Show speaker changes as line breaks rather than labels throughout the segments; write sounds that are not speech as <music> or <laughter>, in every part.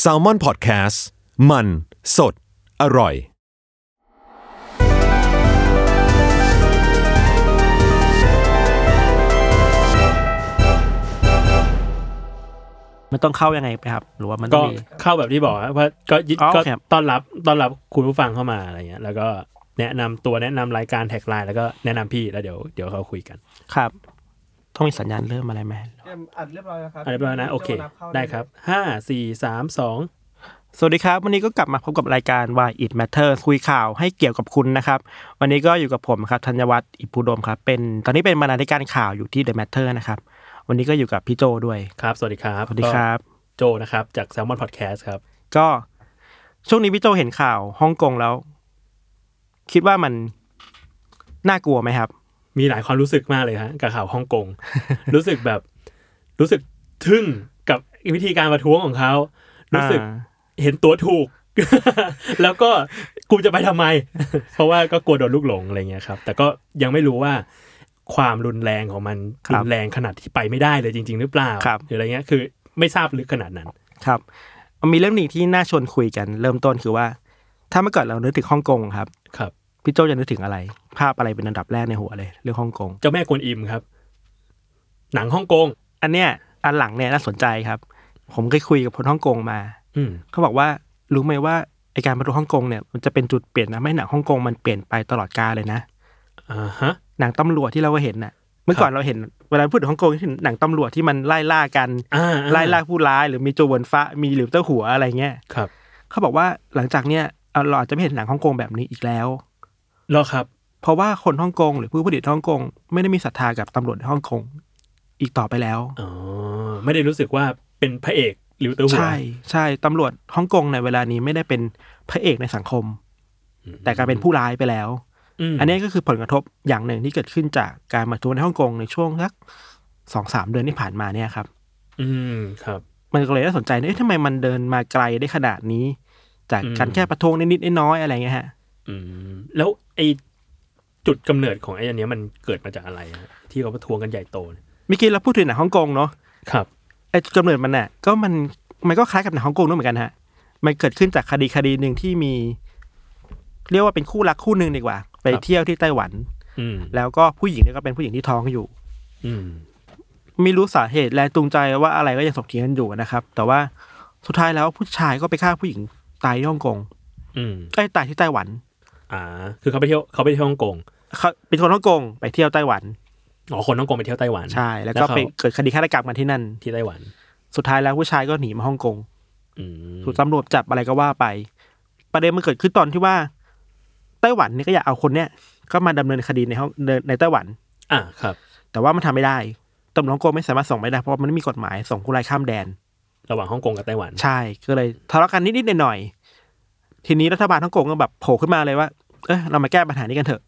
แซลมอนพอดแคสต์มันสดอร่อย
มันต้องเข้ายังไงไปครับ หรือว่ามันต้
ก็
องมี
เข้าแบบที่บอกว่าก็ยิ
อ๋อ
ก็
ครับ
ต้อนรับต้อนรับคุณผู้ฟังเข้ามาอะไรเงี้ย แล้วก็แนะนำตัวแนะนำรายการแท็กไลน์แล้วก็แนะนำพี่แล้วเดี๋ยวเดี๋ยวเขาคุยกัน
ครับ ต้องมีสัญญาณเริ่มอะไรไหม
เตรียมอัดเรียบร้อยแล้วครับ
อะไรประมาณนั้นโอเค
จะมาบข้า
ได้ครับห้าสี่สามสอง
สวัสดีครับ วันนี้ก็กลับมาพบกับรายการ Why It Matters คุยข่าวให้เกี่ยวกับคุณนะครับ วันนี้ก็อยู่กับผมครับธัญวัฒน์อิพุดมครับเป็นตอนนี้เป็นบรรณาธิการข่าวอยู่ที่ The Matter นะครับ วันนี้ก็อยู่กับพี่โจด้วย
ครับ สวัสดีครับ
สวัสดีครับ
ก็โจนะครับ จากแซลมอนพอดแคสต์ครับ
ก็ช่วงนี้พี่โจเห็นข่าวฮ่องกงแล้ว คิดว่ามันน่ากลัวไหมครับ
มีหลายความรู้สึกมากเลยฮะกับข่าวฮ่องกง <laughs> รู้สึกแบบรู้สึกทึ่งกับวิธีการประท้วงของเขา รู้สึก เห็นตัวถูก <laughs> แล้วก็กูจะไปทำไม <laughs> เพราะว่าก็กลัวโดนลูกหลงอะไรเงี้ยครับ แต่ก็ยังไม่รู้ว่าความรุนแรงของมัน
ครับ
รุนแรงขนาดที่ไปไม่ได้เลยจริง ๆ หรือเปล่า
ครับ
หรืออะไรเงี้ยคือไม่ทราบลึกขนาดนั้น
ครับมันมีเรื่องหนึ่งที่น่าชวนคุยกัน เริ่มต้นคือว่า ถ้าเมื่อก่อนเรานึกถึงฮ่องกงครับ
ครับ
พี่โจจะนึกถึงอะไร ภาพอะไรเป็นอันดับแรกในหัวเลยเรื่องฮ่องกง
เจ้าแม่กวนอิมครับ หนังฮ่องกง
อันเนี้ยอันหลังเนี่ยน่าสนใจครับ ผมเคยคุยกับคนฮ่องกงมา
อืม
เขาบอกว่ารู้ไหมว่าไอการมาดูฮ่องกงเนี่ยมันจะเป็นจุดเปลี่ยนนะไม่หนังฮ่องกงมันเปลี่ยนไปตลอดกาลเลยนะ
อ่าฮะ
หนังตำรวจที่เราก็เห็นน่ะ เมื่อก่อนเราเห็นเวลาพูดถึงฮ่องกงเห็นหนังตำรวจที่มันไล่ล่ากัน
อ่าอ่า
ไล่ล่าผู้ร้ายหรือมีโจวนฟ้ามีหลิวเต้าหัวอะไรเงี้ย
ครับ
เขาบอกว่าหลังจากเนี้ยเอาเราอาจจะไม่เห็นหนังฮ่องกงแบบนี้อีกแล้ว
รอครับ
เพราะว่าคนฮ่องกงหรือผู้ผลิตฮ่องกงไม่ได้มีศรัทธากับตำรวจในฮ่องกงอีกต่อไปแล้ว
อ๋อ ไม่ได้รู้สึกว่าเป็นพระเอกหรือตัวหัว
ใช่ใช่ตำรวจฮ่องกงในเวลานี้ไม่ได้เป็นพระเอกในสังคม แต่กลายเป็นผู้ร้ายไปแล้ว
ม
อันนี้ก็คือผลกระทบอย่างหนึ่งที่เกิดขึ้นจากการมาทัวร์ในฮ่องกงในช่วงสักสองสามเดือนที่ผ่านมาเนี่ยครับ
อืมครับ
มันก็เลยน่าสนใจนะเอ๊ะทำไมมันเดินมาไกลได้ขนาดนี้ จาก
อืม
การแค่ประท้วงนิดๆน้อยๆอะไรเงี้ยฮะ
อืมแล้วไอจุดกำเนิดของไออันเนี้ยมันเกิดมาจากอะไรฮะที่เขาประท้วงกันใหญ่โตเนี่ย
เมื่อกี้เราพูดถึงหนังฮ่องกงเนาะ
ครับ
ไอ้จุดกำเนิดมันน่ะก็มันมันก็คล้ายกับหนังฮ่องกงด้วยเหมือนกันฮะมันเกิดขึ้นจากคดีคดีหนึ่งที่มี เรียกว่าเป็นคู่รักคู่หนึ่งดีกว่า ไป
ครับ
เที่ยวที่ไต้หวัน
อืม
แล้วก็ผู้หญิงเนี่ยก็เป็นผู้หญิงที่ท้องอยู่
อืม
ไม่รู้สาเหตุแรงจูงใจว่าอะไรก็ยังสกเถียงกันอยู่นะครับ แต่ว่าสุดท้ายแล้วผู้ชายก็ไปฆ่าผู้หญิงตายที่ฮ่องกง
อืม
ไอ้ยตายที่ไต้หวัน
อ่า คือเขาไปเที่ยวเขาไปเที่ยวฮ่องกง
เขาเป็นคนฮ่องกงไปเที่ยวไต้หวัน
อ๋อคนฮ่องกงไปเที่ยวไต้หวัน
ใช่ แล้วก็ไป
เขา
เกิดคดีฆาตกรรมกันที่นั่น
ที่ไต้หวัน
สุดท้ายแล้วผู้ชายก็หนีมาฮ่องกง
อืม
ถูกตำรวจจับอะไรก็ว่าไป ประเด็นมันเกิดขึ้นตอนที่ว่า ไต้หวันเนี่ยก็อยากเอาคนเนี้ยก็มาดำเนินคดีในห้องในไต้หวัน
อ่าครับ
แต่ว่ามันทำไม่ได้ตำรวจฮ่องกงไม่สามารถส่งไม่ได้เพราะว่ามันไม่มีกฎหมายส่งผู้ร้ายข้ามแดน
ระหว่างฮ่องกงกับไต้หวัน
ใช่ ก็เลยทะเลาะกันนิดๆหน่อยๆ ทีนี้รัฐบาลฮ่องกงก็แบบโผล่ขึ้นมาเลยว่า เออเรามาแก้ปัญหานี้กันเถอะ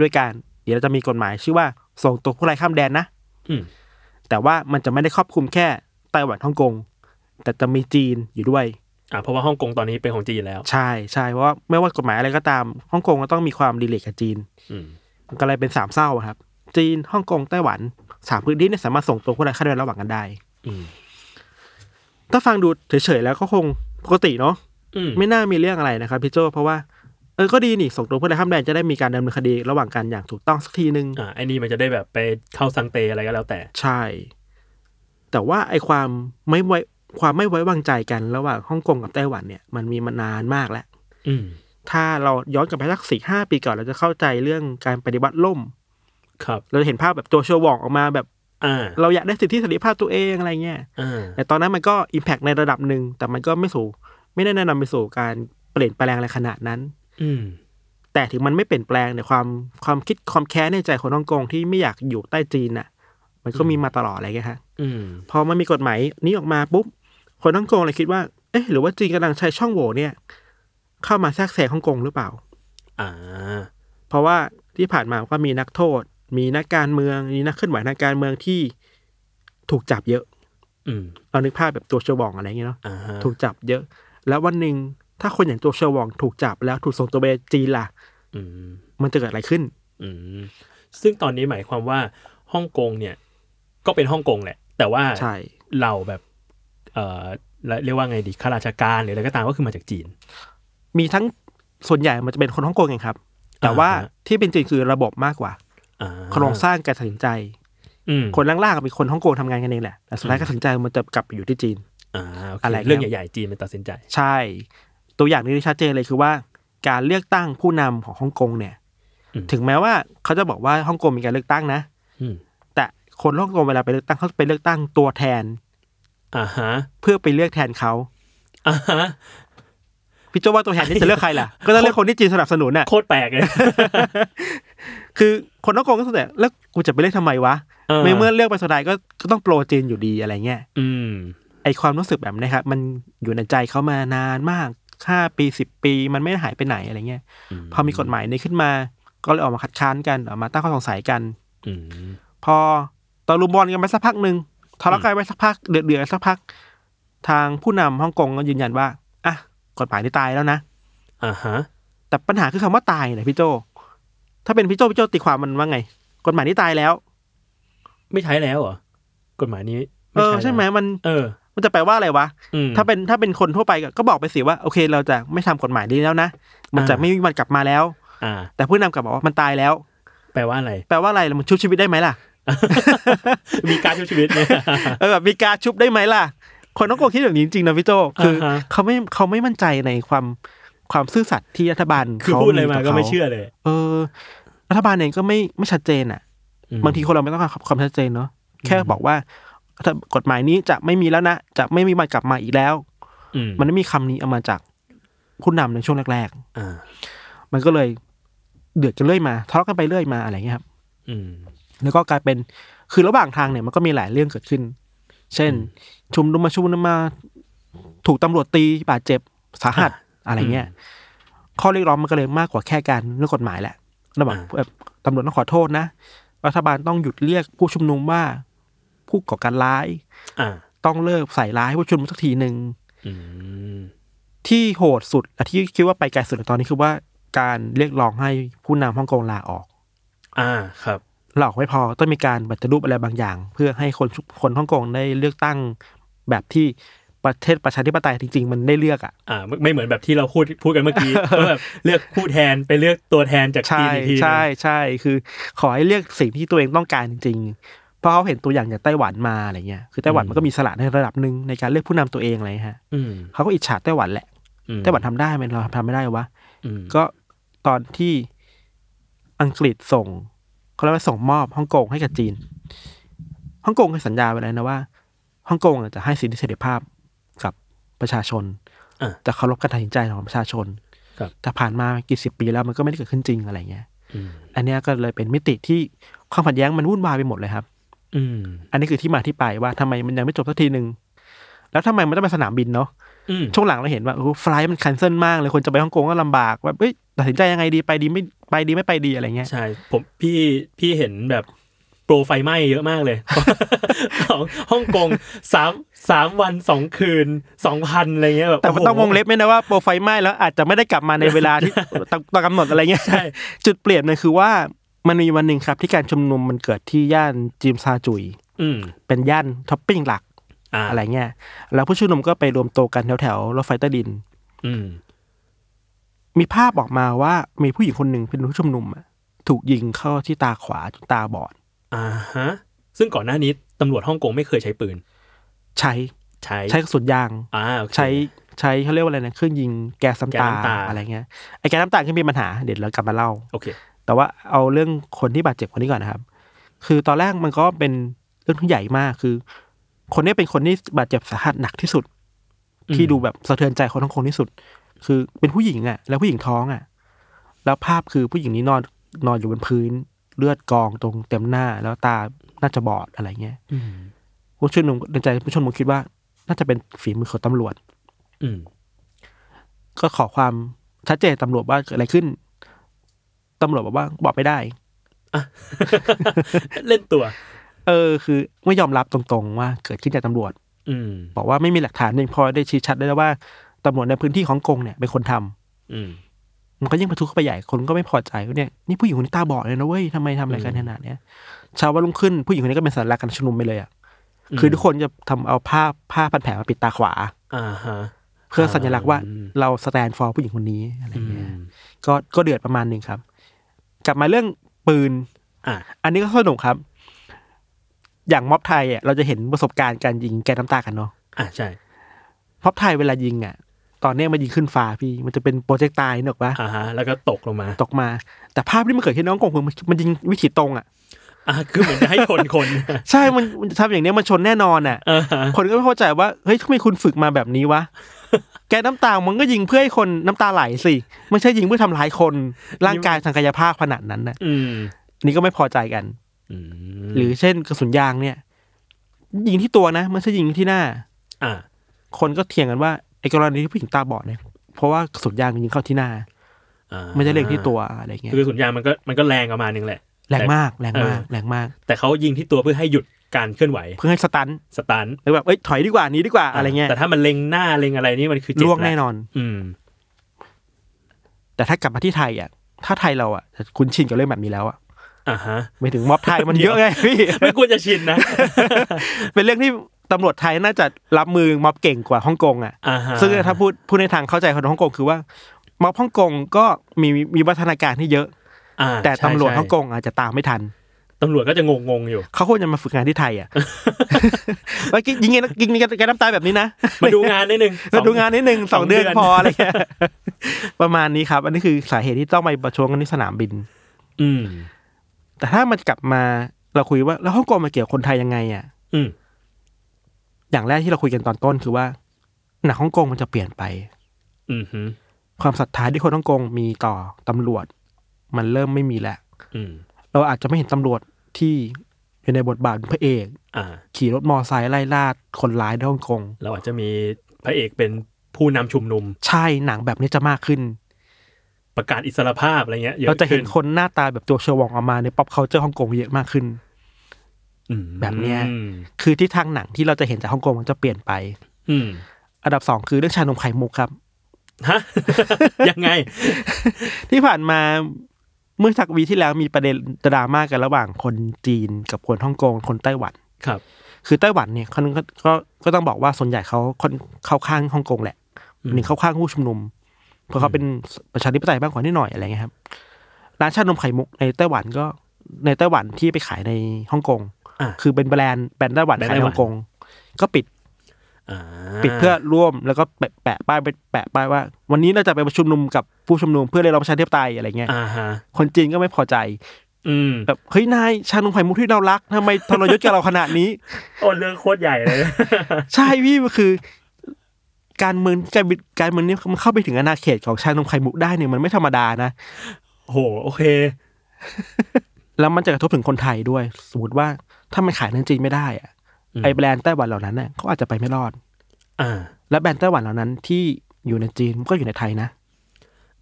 ด้วยการเดี๋ยวเราจะมีกฎหมายชื่อว่าส่งตัวผู้ร้ายข้ามแดนนะ
อืม
แต่ว่ามันจะไม่ได้ครอบคลุมแค่ไต้หวันฮ่องกง แต่จะมีจีนอยู่ด้วย
อ่าเพราะว่าฮ่องกงตอนนี้เป็นของจีนแล้ว
ใช่ใช่เพราะว่าไม่ว่ากฎหมายอะไรก็ตามฮ่องกงก็ต้องมีความรีเลทกับจีน
อืม
มันก็เลยเป็นสามเศร้าอะครับ จีนฮ่องกงไต้หวันสามพื้นที่เนี่ยสามารถส่งตัวผู้ร้ายข้ามแดนระหว่างกันได้
อืม
ถ้าฟังดูเฉยๆแล้วก็คงปกติเนาะ
อืม
ไม่น่ามีเรื่องอะไรนะครับพี่โจเพราะว่าเออก็ดีนี่ส่งตัวผู้ร้ายข้ามแดนจะได้มีการดำเนินคดีระหว่างกันอย่างถูกต้องสักทีนึง
อ่าไอ้นี่มันจะได้แบบไปเข้าซังเตอะไรก็แล้วแต่
ใช่ แต่ว่าไอ้ความไม่ไว้ความไม่ไว้วางใจกันระหว่างฮ่องกงกับไต้หวันเนี่ยมันมีมานานมากแล้ว
อืม
ถ้าเราย้อนกลับไปสักสี่ห้าปีก่อนเราจะเข้าใจเรื่องการปฏิวัติล่ม
ครับ
เราจะเห็นภาพแบบโจชัวหว่องออกมาแบบ
อ่า
เราอยากได้สิทธิเสรีภาพตัวเองอะไรเงี้ย
อ่า
แต่ตอนนั้นมันก็อิมแพกในระดับหนึ่งแต่มันก็ไม่สู่ไม่ได้แนะนำไปสู่การเปลี่ยนแปลงอะไรขนาดนั้น
อืม
แต่ถึงมันไม่เปลี่ยนแปลงเนี่ยความความคิดความแค้นในใจคนฮ่องกงที่ไม่อยากอยู่ใต้จีนน่ะ มันก็มีมาตลอดอะไรเงี้ยฮะ
อืม
พอมันมีกฎหมายนี้ออกมาปุ๊บคนฮ่องกงเลยคิดว่า เอ๊ะหรือว่าจีนกำลังใช้ช่องโหว่เนี่ย เข้ามาแทรกแซงฮ่องกงหรือเปล่า
อ่า
เพราะว่าที่ผ่านมาก็มีนักโทษ มีนักการเมืองมีนักเคลื่อนไหวทางการเมืองที่ถูกจับเยอะ
อืม
เรานึกภาพแบบตัวเชอบองอะไรเงี้ยเนาะ
อ่าฮะ
ถูกจับเยอะ แล้ววันหนึ่งถ้าคนอย่างตัวเชอบองถูกจับแล้วถูกส่งตัวไปจีนล่ะ
อืม
มันจะเกิดอะไรขึ้น
อืมซึ่งตอนนี้หมายความว่าฮ่องกงเนี่ย ก็เป็นฮ่องกงแหละ แต่ว่า
ใช่
เราแบบ เอ่อเรียกว่าไงดีข้าราชการหรืออะไรก็ตามก็คือมาจากจีน
มีทั้งส่วนใหญ่มันจะเป็นคนฮ่องกงเองครับ แต่ว่า
อ่าฮะ
ที่เป็นจริงคือระบบมากกว่า
อ่า
โครงสร้างการตัดสินใจ
อืม
คนล่างๆก็เป็นคนฮ่องกงทำงานกันเองแหละแต่สุดท้ายการตัดสินใจมันจะกลับไปอยู่ที่จีน
อ่าโอเค
อะไรครับ
เรื่องใหญ่ๆจีนมันตัดสินใจ
ใช่ ตัวอย่างนี้ที่ชัดเจนเลยคือว่าการเลือกตั้งผู้นำของฮ่องกงเนี่ย
อืม
ถึงแม้ว่าเขาจะบอกว่าฮ่องกงมีการเลือกตั้งนะ
อืม
แต่คนฮ่องกงเวลาไปเลือกตั้งเขาไปเลือกตั้งตัวแทน
อ่าฮะ
เพื่อไปเลือกแทนเขา
อ่าฮะ
พี่โจว่าตัวแทนนี่จะเลือกใครล่ะ ก็ต้องเลือกคนที่จีนสนับสนุนน่ะ
โคตรแปลกเลย
คือคนฮ่องกงก็สวนแต่แล้วกูจะไปเลือกทำไมวะไม่เมื่อเลือกไปสุดท้ายก็ก็ต้องโปรจีนอยู่ดีอะไรเงี้ย
อืม
ไอความรู้สึกแบบนี้ครับ มันอยู่ในใจเขามานานมากห้าปีสิบปีมันไม่ได้หายไปไหนอะไรเงี้ย
อืม
พอมีกฎหมายนี้ขึ้นมา ก็เลยออกมาคัดค้านกันออกมาตั้งข้อสงสัยกัน
อืม
พอตะลุมบอลกันไปสักพักหนึ่งทะเลาะกันไปสักพักเดือดเดือดๆสักพัก ทางผู้นำฮ่องกงก็ยืนยันว่าอ่ะกฎหมายนี้ตายแล้วนะ
อ่าฮะ
แต่ปัญหาคือคำว่าตายเนี่ยพี่โจถ้าเป็นพี่โจพี่โจตีความมันว่าไง กฎหมายนี้ตายแล้ว
ไม่ใช้แล้วเหรอกฎหมายนี้
เออใช่ไหม
แล้ว
มัน
เออ
มันจะแปลว่าอะไรวะ
อืม
ถ้าเป็นถ้าเป็นคนทั่วไปก็ก็บอกไปสิว่าโอเค เราจะไม่ทำกฎหมายนี้แล้วนะมันจะ
อ่า
ไม่มีวันกลับมาแล้ว
อ่า
แต่ผู้นำกลับบอกว่ามันตายแล้ว
แปลว่าอะไร
แปลว่าอะไรแล้วมันชุบชีวิตได้ไหมล่ะ
มีการช่วยชีวิตเนี่ย <laughs>
เออแบบมีการชุบได้ไหมล่ะ คนต้องโกงคิดแบบนี้จริงๆนะพี่โจคืออา
ฮะ
เขาไม่เขาไม่มั่นใจในความความซื่อสัตย์ที่รัฐบาล
คือ
เขา
พูดอะไรมา
ต่
ก็ไม่
ข
เชื่อเลย
เออ รัฐบาลเองก็ไม่ไม่ชัดเจนอ่ะ
อืม
บางทีคนเราไม่ต้องการความชัดเจนเนาะแค่บอกว่าถ้ากฎหมายนี้จะไม่มีแล้วนะจะไม่มีมันกลับมาอีกแล้ว
อืม
มันไม่มีคำนี้เอามาจากผู้นำในช่วงแรก
อ่า
ๆ มันก็เลยเดือดกันเรื่อยมาทะเลาะกันไปเรื่อยมาอะไรเงี้ยครับ
อืม
แล้วก็กลายเป็นคือระหว่างทางเนี่ยมันก็มีหลายเรื่องเกิดขึ้น เช่น ชุมนุมมาชุมนุมมาถูกตำรวจตีบาดเจ็บสาหัสอะไรเงี้ยข้อเรียกร้องมันก็เลยมากกว่าแค่การเรื่องกฎหมายแหละระหว่าง
อ่า
เอ่อตำรวจต้องขอโทษนะ รัฐบาลต้องหยุดเรียกผู้ชุมนุมว่าผู้ก่อการร้าย
อ่า
ต้องเลิกใส่ร้ายผู้ชุมนุมสักทีหนึ่ง
อืม
ที่โหดสุดและที่คิดว่าไปไกลสุดในตอนนี้คือว่าการเรียกร้องให้ผู้นำฮ่องกงลาออก
อ่าครับ
หลอกไม่พอต้องมีการปฏิรูปอะไรบางอย่าง เพื่อให้คนคนฮ่องกงได้เลือกตั้งแบบที่ประเทศประชาธิปไตยจริง ๆ มันได้เลือกอ่ะ
อ่าไม่ไม่เหมือนแบบที่เราพูดพูดกันเมื่อ
<laughs>
กี้ ก็แบบเลือกผู้แทนไปเลือกตัวแทนจากจี
ใช่
นอีกทีหนึ่ง
ใช่ใช่คือ ขอให้เลือกสิ่งที่ตัวเองต้องการจริงๆเพราะเขาเห็นตัวอย่างจากไต้หวันมาอะไรเงี้ยคือไต้หวันมันก็มีสละในระดับหนึ่งในการเลือกผู้นำตัวเองอะไรฮะ
อืม
เขาก็อิจฉาไต้หวันแหละ
อืม
ไต้หวันทำได้ไหมเราทำไม่ได้วะ
อืม
ก็ตอนที่อังกฤษส่งเขาเรียกว่าส่งมอบฮ่องกงให้กับจีนฮ่องกงเคยสัญญาไว้แล้วนะว่าฮ่องกงอ่ะจะให้สิทธิเสรีภาพกับประชาชน
อ่ะ
จะเคารพการตัดสินใจของประชาชน
ครับ
แต่ผ่านมากี่สิบปีแล้วมันก็ไม่ได้เกิดขึ้นจริงอะไรเงี้ย
อืม
อันเนี้ยก็เลยเป็นมิติที่ความขัดแย้งมันวุ่นวายไปหมดเลยครับ
อืม
อันนี้คือที่มาที่ไปว่าทำไมมันยังไม่จบสักทีหนึ่ง แล้วทำไมมันต้องไปสนามบินเนาะ
อืม
ช่วงหลังเราเห็นว่าโอ้ไฟล์มันคันเซิลมากเลย คนจะไปฮ่องกงก็ลำบากว่าเอ้ยตัดสินใจยังไงดีไปดีไม่ไปดีไม่ไปดีอะไรเงี้ย
ใช่ผมพี่พี่เห็นแบบโปรไฟไหม้เยอะมากเลย <laughs> ของฮ่องกงสามสามวันสองคืนสองพันอะไรเงี้ยแบบ
แต่มันต้องว
โโห
งเล็บไหมนะว่าโปรไฟล์ไหม้แล้วอาจจะไม่ได้กลับมาในเวลาที่ <laughs> ตามตามกำหนดอะไรเงี้ย
ใช่
<laughs> จุดเปลี่ยนมันคือว่ามันมีวันหนึ่งครับที่การชุมนุมมันเกิดที่ย่านจิมซาจุย
อืม
เป็นย่านท็อปปิ้งหลัก
อ่า
อะไรเงี้ย แล้วผู้ชุมนุมก็ไปรวมตัวกันแถวแถวๆรถไฟใต้ดิน
อืม
มีภาพออกมาว่ามีผู้หญิงคนหนึ่งเป็นผู้ชุมนุมอะถูกยิงเข้าที่ตาขวาจนตาบอด
อ่าฮะซึ่งก่อนหน้านี้ตำรวจฮ่องกงไม่เคยใช้ปืน
ใช้
ใช้
ใช้กระสุนยาง
อ่าโอเค
ใช้ใช้เขาเรียกว่าอะไรนะเครื่องยิงแก๊ส
แก๊
ซ้ำตา
สน้ำตา
อะไรเงี้ยไอ้แก๊สน้ำตาก็มีปัญหาเดี๋ยวเรากลับมาเล่า
โอเค
แต่ว่าเอาเรื่องคนที่บาดเจ็บคนนี้ก่อนนะครับ คือตอนแรกมันก็เป็นเรื่องที่ใหญ่มากคือ คนนี้เป็นคนที่บาดเจ็บสาหัสหนักที่สุด
อืม
ที่ดูแบบสะเทือนใจคนทั้งคนที่สุด คือเป็นผู้หญิงอะ่ะ แล้วผู้หญิงท้องอะ่ะ แล้วภาพคือผู้หญิงนี้นอนนอนอยู่บนพื้น เลือดกองตรงเต็มหน้า แล้วตาน่าจะบอดอะไรเงี้ย
อืม
ผู้ชุมนุมในใจผู้ชุมนุมคิดว่า น่าจะเป็นฝีมือของตำรวจ
อืม
ก็ขอความชัดเจนตำรวจว่าเกิดอะไรขึ้นตำรวจบอกว่าบอกไม่ได้
เล่นตัว
เออคือไม่ยอมรับตรงๆว่าเกิดขึ้นจากตำรวจ
อืม
บอกว่าไม่มีหลักฐานเพียงพอได้ชี้ชัดได้แล้วว่าตำรวจในพื้นที่ของกงเนี่ยเป็นคนทำ
อืม
มันก็ยิ่งประทุเข้าไปใหญ่คนก็ไม่พอใจว่าเนี่ยนี่ผู้หญิงคนนี้ตาบอดเลยนะเว้ยทำไมทำอะไรกันขนาดเนี้ยเชาววันรุ่งขึ้นผู้หญิงคนนี้ก็เป็นสัญลักษณ์การชุมนุมไปเลยอ่ะ คือทุกคนจะทำเอาผ้าผ้าพันแผลมาปิดตาขวา
อ่าฮะ
เพื่อสัญลักษณ์ว่า
อืม
เราสแตนฟอร์ผู้หญิงคนนี้อะไร
อื
เงี้ย
ม
ก็ก็เดือดประมาณหนึ่งครับ กลับมาเรื่องปืน
อ่ะ
อันนี้ก็สนุกครับ อย่างม็อบไทยอ่ะเราจะเห็นประสบการณ์การยิงแก๊สน้ำตากันเนาะ
อ่ะใช่
ม็อบไทยเวลายิงอ่ะ ตอนเนี้ยมันยิงขึ้นฟ้าพี่มันจะเป็นโปรเจกต์ตายนึกออกปะ
อ่าฮะแล้วก็ตกลงมา
ตกมา แต่ภาพที่มันเกิดขึ้นน้องกงคือมันมันยิงวิถีตรงอ่ะ
อ่ะคือเหมือนจะให้ชนคน <laughs>
ใช่ มันมันทำอย่างเนี้ยมันชนแน่นอนอ่ะ
อ่าฮะ
คนก็ไม่เข้าใจว่า เฮ้ยทำไมคุณฝึกมาแบบนี้วะ แกน้ำตา มันก็ยิงเพื่อให้คนน้ำตาไหลสิ ไม่ใช่ยิงเพื่อทำร้ายคน ร่างกายทางกายภาพขนาดนั้นนะ
อืม
นี่ก็ไม่พอใจกัน
อืม
หรือเช่นกระสุนยางเนี่ย ยิงที่ตัวนะ ไม่ใช่ยิงที่หน้า
อ่ะ
คนก็เถียงกันว่าไอ้กรณีที่ผู้หญิงตาบอดเนี่ย เพราะว่ากระสุนยางมันยิงเข้าที่หน้า
อ่า
ไม่ใช่เล็งที่ตัวอะไรเงี้ย
คือกระสุนยางมันก็มันก็แรงประมาณนึงแหละ
แรงมาก แรงมาก แรงมาก
แต่เขายิงที่ตัวเพื่อให้หยุดการเคลื่อนไหว
เพื่อให้สตัน
สตัน
หรือแบบ เอ้ย ถอยดีกว่าหนี้ดีกว่า อะไรเงี้ย
แต่ถ้ามันเล็งหน้าเล็งอะไรนี่มันคือเจ็บ
ล่วงแน่นอน
อืม
แต่ถ้ากลับมาที่ไทยอ่ะ ถ้าไทยเราอ่ะจะคุ้นชินกับเรื่องแบบนี้แล้วอ่ะ
อ่าฮะ
ไม่ถึงม็อบไทยมันเย
<laughs>
อะไงพี่
ไม่ควรจะชิ
<laughs>
นนะ
เป็นเรื่องที่ตำรวจไทยน่าจะรับมือม็อบเก่งกว่าฮ่องกงอ่ะ
อ่าฮะ
ซึ่งถ้าพูดพูดในทางเข้าใจของฮ่องกงคือว่าม็อบฮ่องกงก็มีมีวัฒนาการที่เยอะ
อ่า
แต่ตำรวจ
ใช่
ฮ่องกงอาจจะตามไม่ทัน
ตำรวจก็จะงงงๆอยู่
เขาควรจะมาฝึกงานที่ไท <laughs> ยอ่ะ ว่ายิงไงนะยิงนี่แกน้ำตายแบบนี้นะ
<laughs> มาดูงานนิดนึง
<laughs> มาดูงานนิดหนึ่งสองเดือน
สองเดือน
พออะไรเงี้ย <laughs> ประมาณนี้ครับ อันนี้คือสาเหตุที่ต้องไปประท้วงกันที่สนามบิน
อืม
แต่ถ้ามันกลับมาเราคุยว่าแล้วฮ่องกงมาเกี่ยวคนไทยยังไงอ่ะ
อืม
อย่างแรกที่เราคุยกันตอนต้นคือว่า หนังฮ่องกงมันจะเปลี่ยนไป
อืมฮึ
ความศรัทธาที่คนฮ่องกงมีต่อตำรวจ มันเริ่มไม่มีแล้ว
อืม
เราอาจจะไม่เห็นตำรวจที่อยู่ในบทบาทเป็นพระเอก
อ่า
ขี่รถมอไซค์ไล่ล่าคนร้ายในฮ่องกง
เราอาจจะมีพระเอกเป็นผู้นำชุมนุม
ใช่หนังแบบนี้จะมากขึ้น
ประกาศอิสรภาพอะไรเงี้ยยอ
เราจะเห็น
ขึ้
คนหน้าตาแบบตัวเชอวองออกมาในป๊อปเคาเจอร์ฮ่องกงเยอะมากขึ้น
อืม
แบบเนี้ย
อืม
คือที่ทางหนังที่เราจะเห็นจากฮ่องกงมันจะเปลี่ยนไป
อืม
อันดับสองคือเรื่องชานมไข่มุกครับ
ฮะ <laughs> ยังไง
ที่ผ่านมาเมื่อสักวีที่แล้วมีประเด็นดราม่ากันระหว่างคนจีนกับคนฮ่องกงคนไต้หวัน
ครับ
คือไต้หวันเนี่ยเขาก็ก็ก็ต้องบอกว่าส่วนใหญ่เขาคนเข้าข้างฮ่องกงแหละ
อืม
หนึ่งเข้าข้างผู้ชุมนุม เพราะเขาเป็นประชาธิปไตยบ้างกว่านิดหน่อยอะไรเงี้ยครับร้านชานมไข่มุกในไต้หวันก็ในไต้หวันที่ไปขายในฮ่องกง
อ่ะ
คือเป็นแบรนด์แบรนด์ไต้หวัน
แบรนด์
ขายใน
ไต้ห
ฮ่
วัน
องกงก็ปิด
อ่า
ปิดเพื่อร่วมแล้วก็แปะแปะป้ายแปะป้ายว่า วันนี้เราจะไปประชุมนุมกับผู้ชุมนุมเพื่อเรียกร้องประชาธิปไตยอะไรเงี้ย
อ่าฮะ
คนจีนก็ไม่พอใจ
อืม
แบบเฮ้ยนายชานมไข่มุกที่เรารักทำไมทรยศกับเราขนาดนี้
โอ้เรื่องโคตรใหญ่เลย
ใช่พี่มันคือ การเมืองการบิการเมืองเนี่ยมันเข้าไปถึงอาณาเขตของชานมไข่มุกได้เนี่ยมันไม่ธรรมดานะ
โห โอเค
แล้วมันจะกระทบถึงคนไทยด้วย สมมติว่าถ้ามันขายในจีนไม่ได้อะ
อืม
ไอแบรนด์ไต้หวันเหล่านั้นเน่ะเขาอาจจะไปไม่รอด
อ่า
และแบรนด์ไต้หวันเหล่านั้นที่อยู่ในจีนก็อยู่ในไทยนะ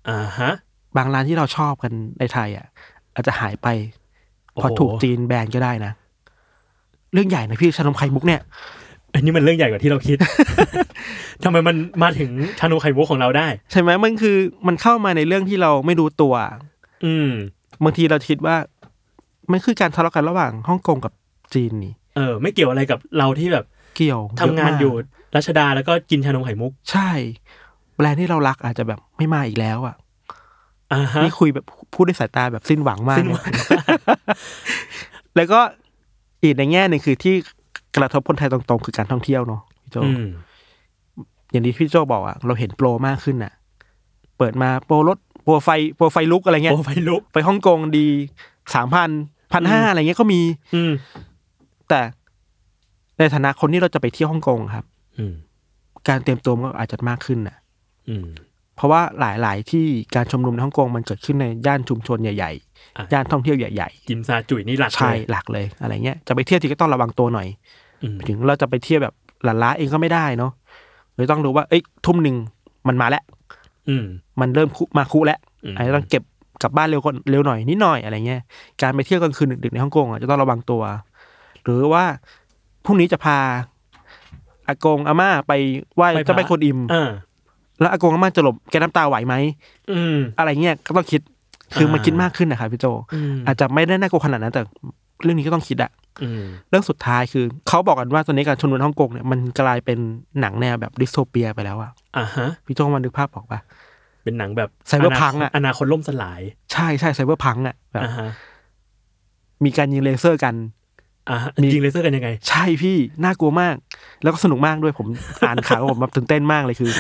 อ่าฮะ
บางร้านที่เราชอบกันในไทยอ่ะ อาจจะหายไป
โอ้โห
เพอถูกจีนแบนก็ได้นะ เรื่องใหญ่นะพี่ชานมไข่มุกเนี่ย
อันนี้มันเรื่องใหญ่กว่าที่เราคิด <laughs> ทำไมมันมาถึงชาโนมไข่มุกของเราได้
ใช่ไหมมันคือมันเข้ามาในเรื่องที่เราไม่รู้ตัว
อืม
บางทีเราคิดว่า มันคือการทะเลาะกันระหว่างฮ่องกงกับจีนนี่
เออ ไม่เกี่ยวอะไรกับเราที่แบบ
เกี่ยว
ทำงาน
เะมก
อยู่รัชดาแล้วก็กินชานมไข่มุก
ใช่แบรนด์ที่เรารักอาจจะแบบไม่มาอีกแล้วอ่ะ
อ่าฮะ
นี่คุยแบบพูดด้วยสายตาแบบสิ้นหวังมาก
สิ้นหวัง
เลย <laughs> แล้วก็อีกในแง่หนึ่งคือที่กระทบคนไทยตรงๆ คือการท่องเที่ยวเนาะพี่โจ
อืม
อย่างที่พี่โจบอกอ่ะเราเห็นโปรมากขึ้นอ่ะ เปิดมาโปรลดโปรไฟโปรไฟลุกอะไรเงี้ย
โอ้ไฟลุก
ไปฮ่องกงดีสามพันพันห้าอะไรเงี้ยก็มี
อืม
แต่ในฐานะคนที่เราจะไปเที่ยวฮ่องกงครับ
อืม
การเตรียมตัวมันก็อาจจะมากขึ้นนะ
อืม
เพราะว่าหลาย ๆ ที่การชุมนุมในฮ่องกงมันเกิดขึ้นในย่านชุมชนใหญ่
อ่ะ
ๆย่านท่องเที่ยวใหญ่
กิมซาจุยนี่หลัก
ๆใช่
เลย
หลักเลยอะไรเงี้ยจะไปเที่ยวที่ก็ต้องระวังตัวหน่อย
อืม
ถึงเราจะไปเที่ยวแบบหลานล้าเองก็ไม่ได้เนาะเลยต้องรู้ว่าเอ้ยทุ่มหนึ่งมันมาแล้ว
อืม
มันเริ่มคุมาคุแล้ว
อืม
อาจจะต้องเก็บกลับบ้านเร็วก่อนเร็วหน่อยนิดหน่อยอะไรเงี้ยการไปเที่ยวกลางคืนดึกๆในฮ่องกงอ่ะจะต้องระวังตัว หรือว่าพรุ่งนี้จะพาอากงอาม่าไปไหว้เจ้าแม่กวนอิม
อ่า
แล้วอากงอาม่าจะหลบแกน้ำตาไหวไหม
อืม
อะไรเงี้ยก็ต้องคิดคือมัน
อ่า
คิดมากขึ้นนะครับพี่โจ
อืม
อาจจะไม่ได้น่ากลัวขนาดนั้นแต่เรื่องนี้ก็ต้องคิดอะ
อืม
เรื่องสุดท้ายคือ เขาบอกกันว่าตอนนี้การชุมนุมฮ่องกงเนี่ยมันกลายเป็นหนังแนวแบบดิสโทเปียไปแล้วอะ
อ่ะฮะ
พี่โจมันนึกภาพออกปะ
เป็นหนังแบบ
ไซเบอร์พังอะ
อนาคตล่มสลาย
ใช่ใช่ไซเบอร์พังอะแบบ
อ่าฮะ
มีการยิงเลเซอร์กัน
อ่าฮะ
มี
ยิงเลเซอร์กันยังไง
ใช่พี่น่ากลัวมาก แล้วก็สนุกมากด้วยผม อ่านข่าวแล้ว <laughs> ผมแบบตื่นเต้นมากเลยคือ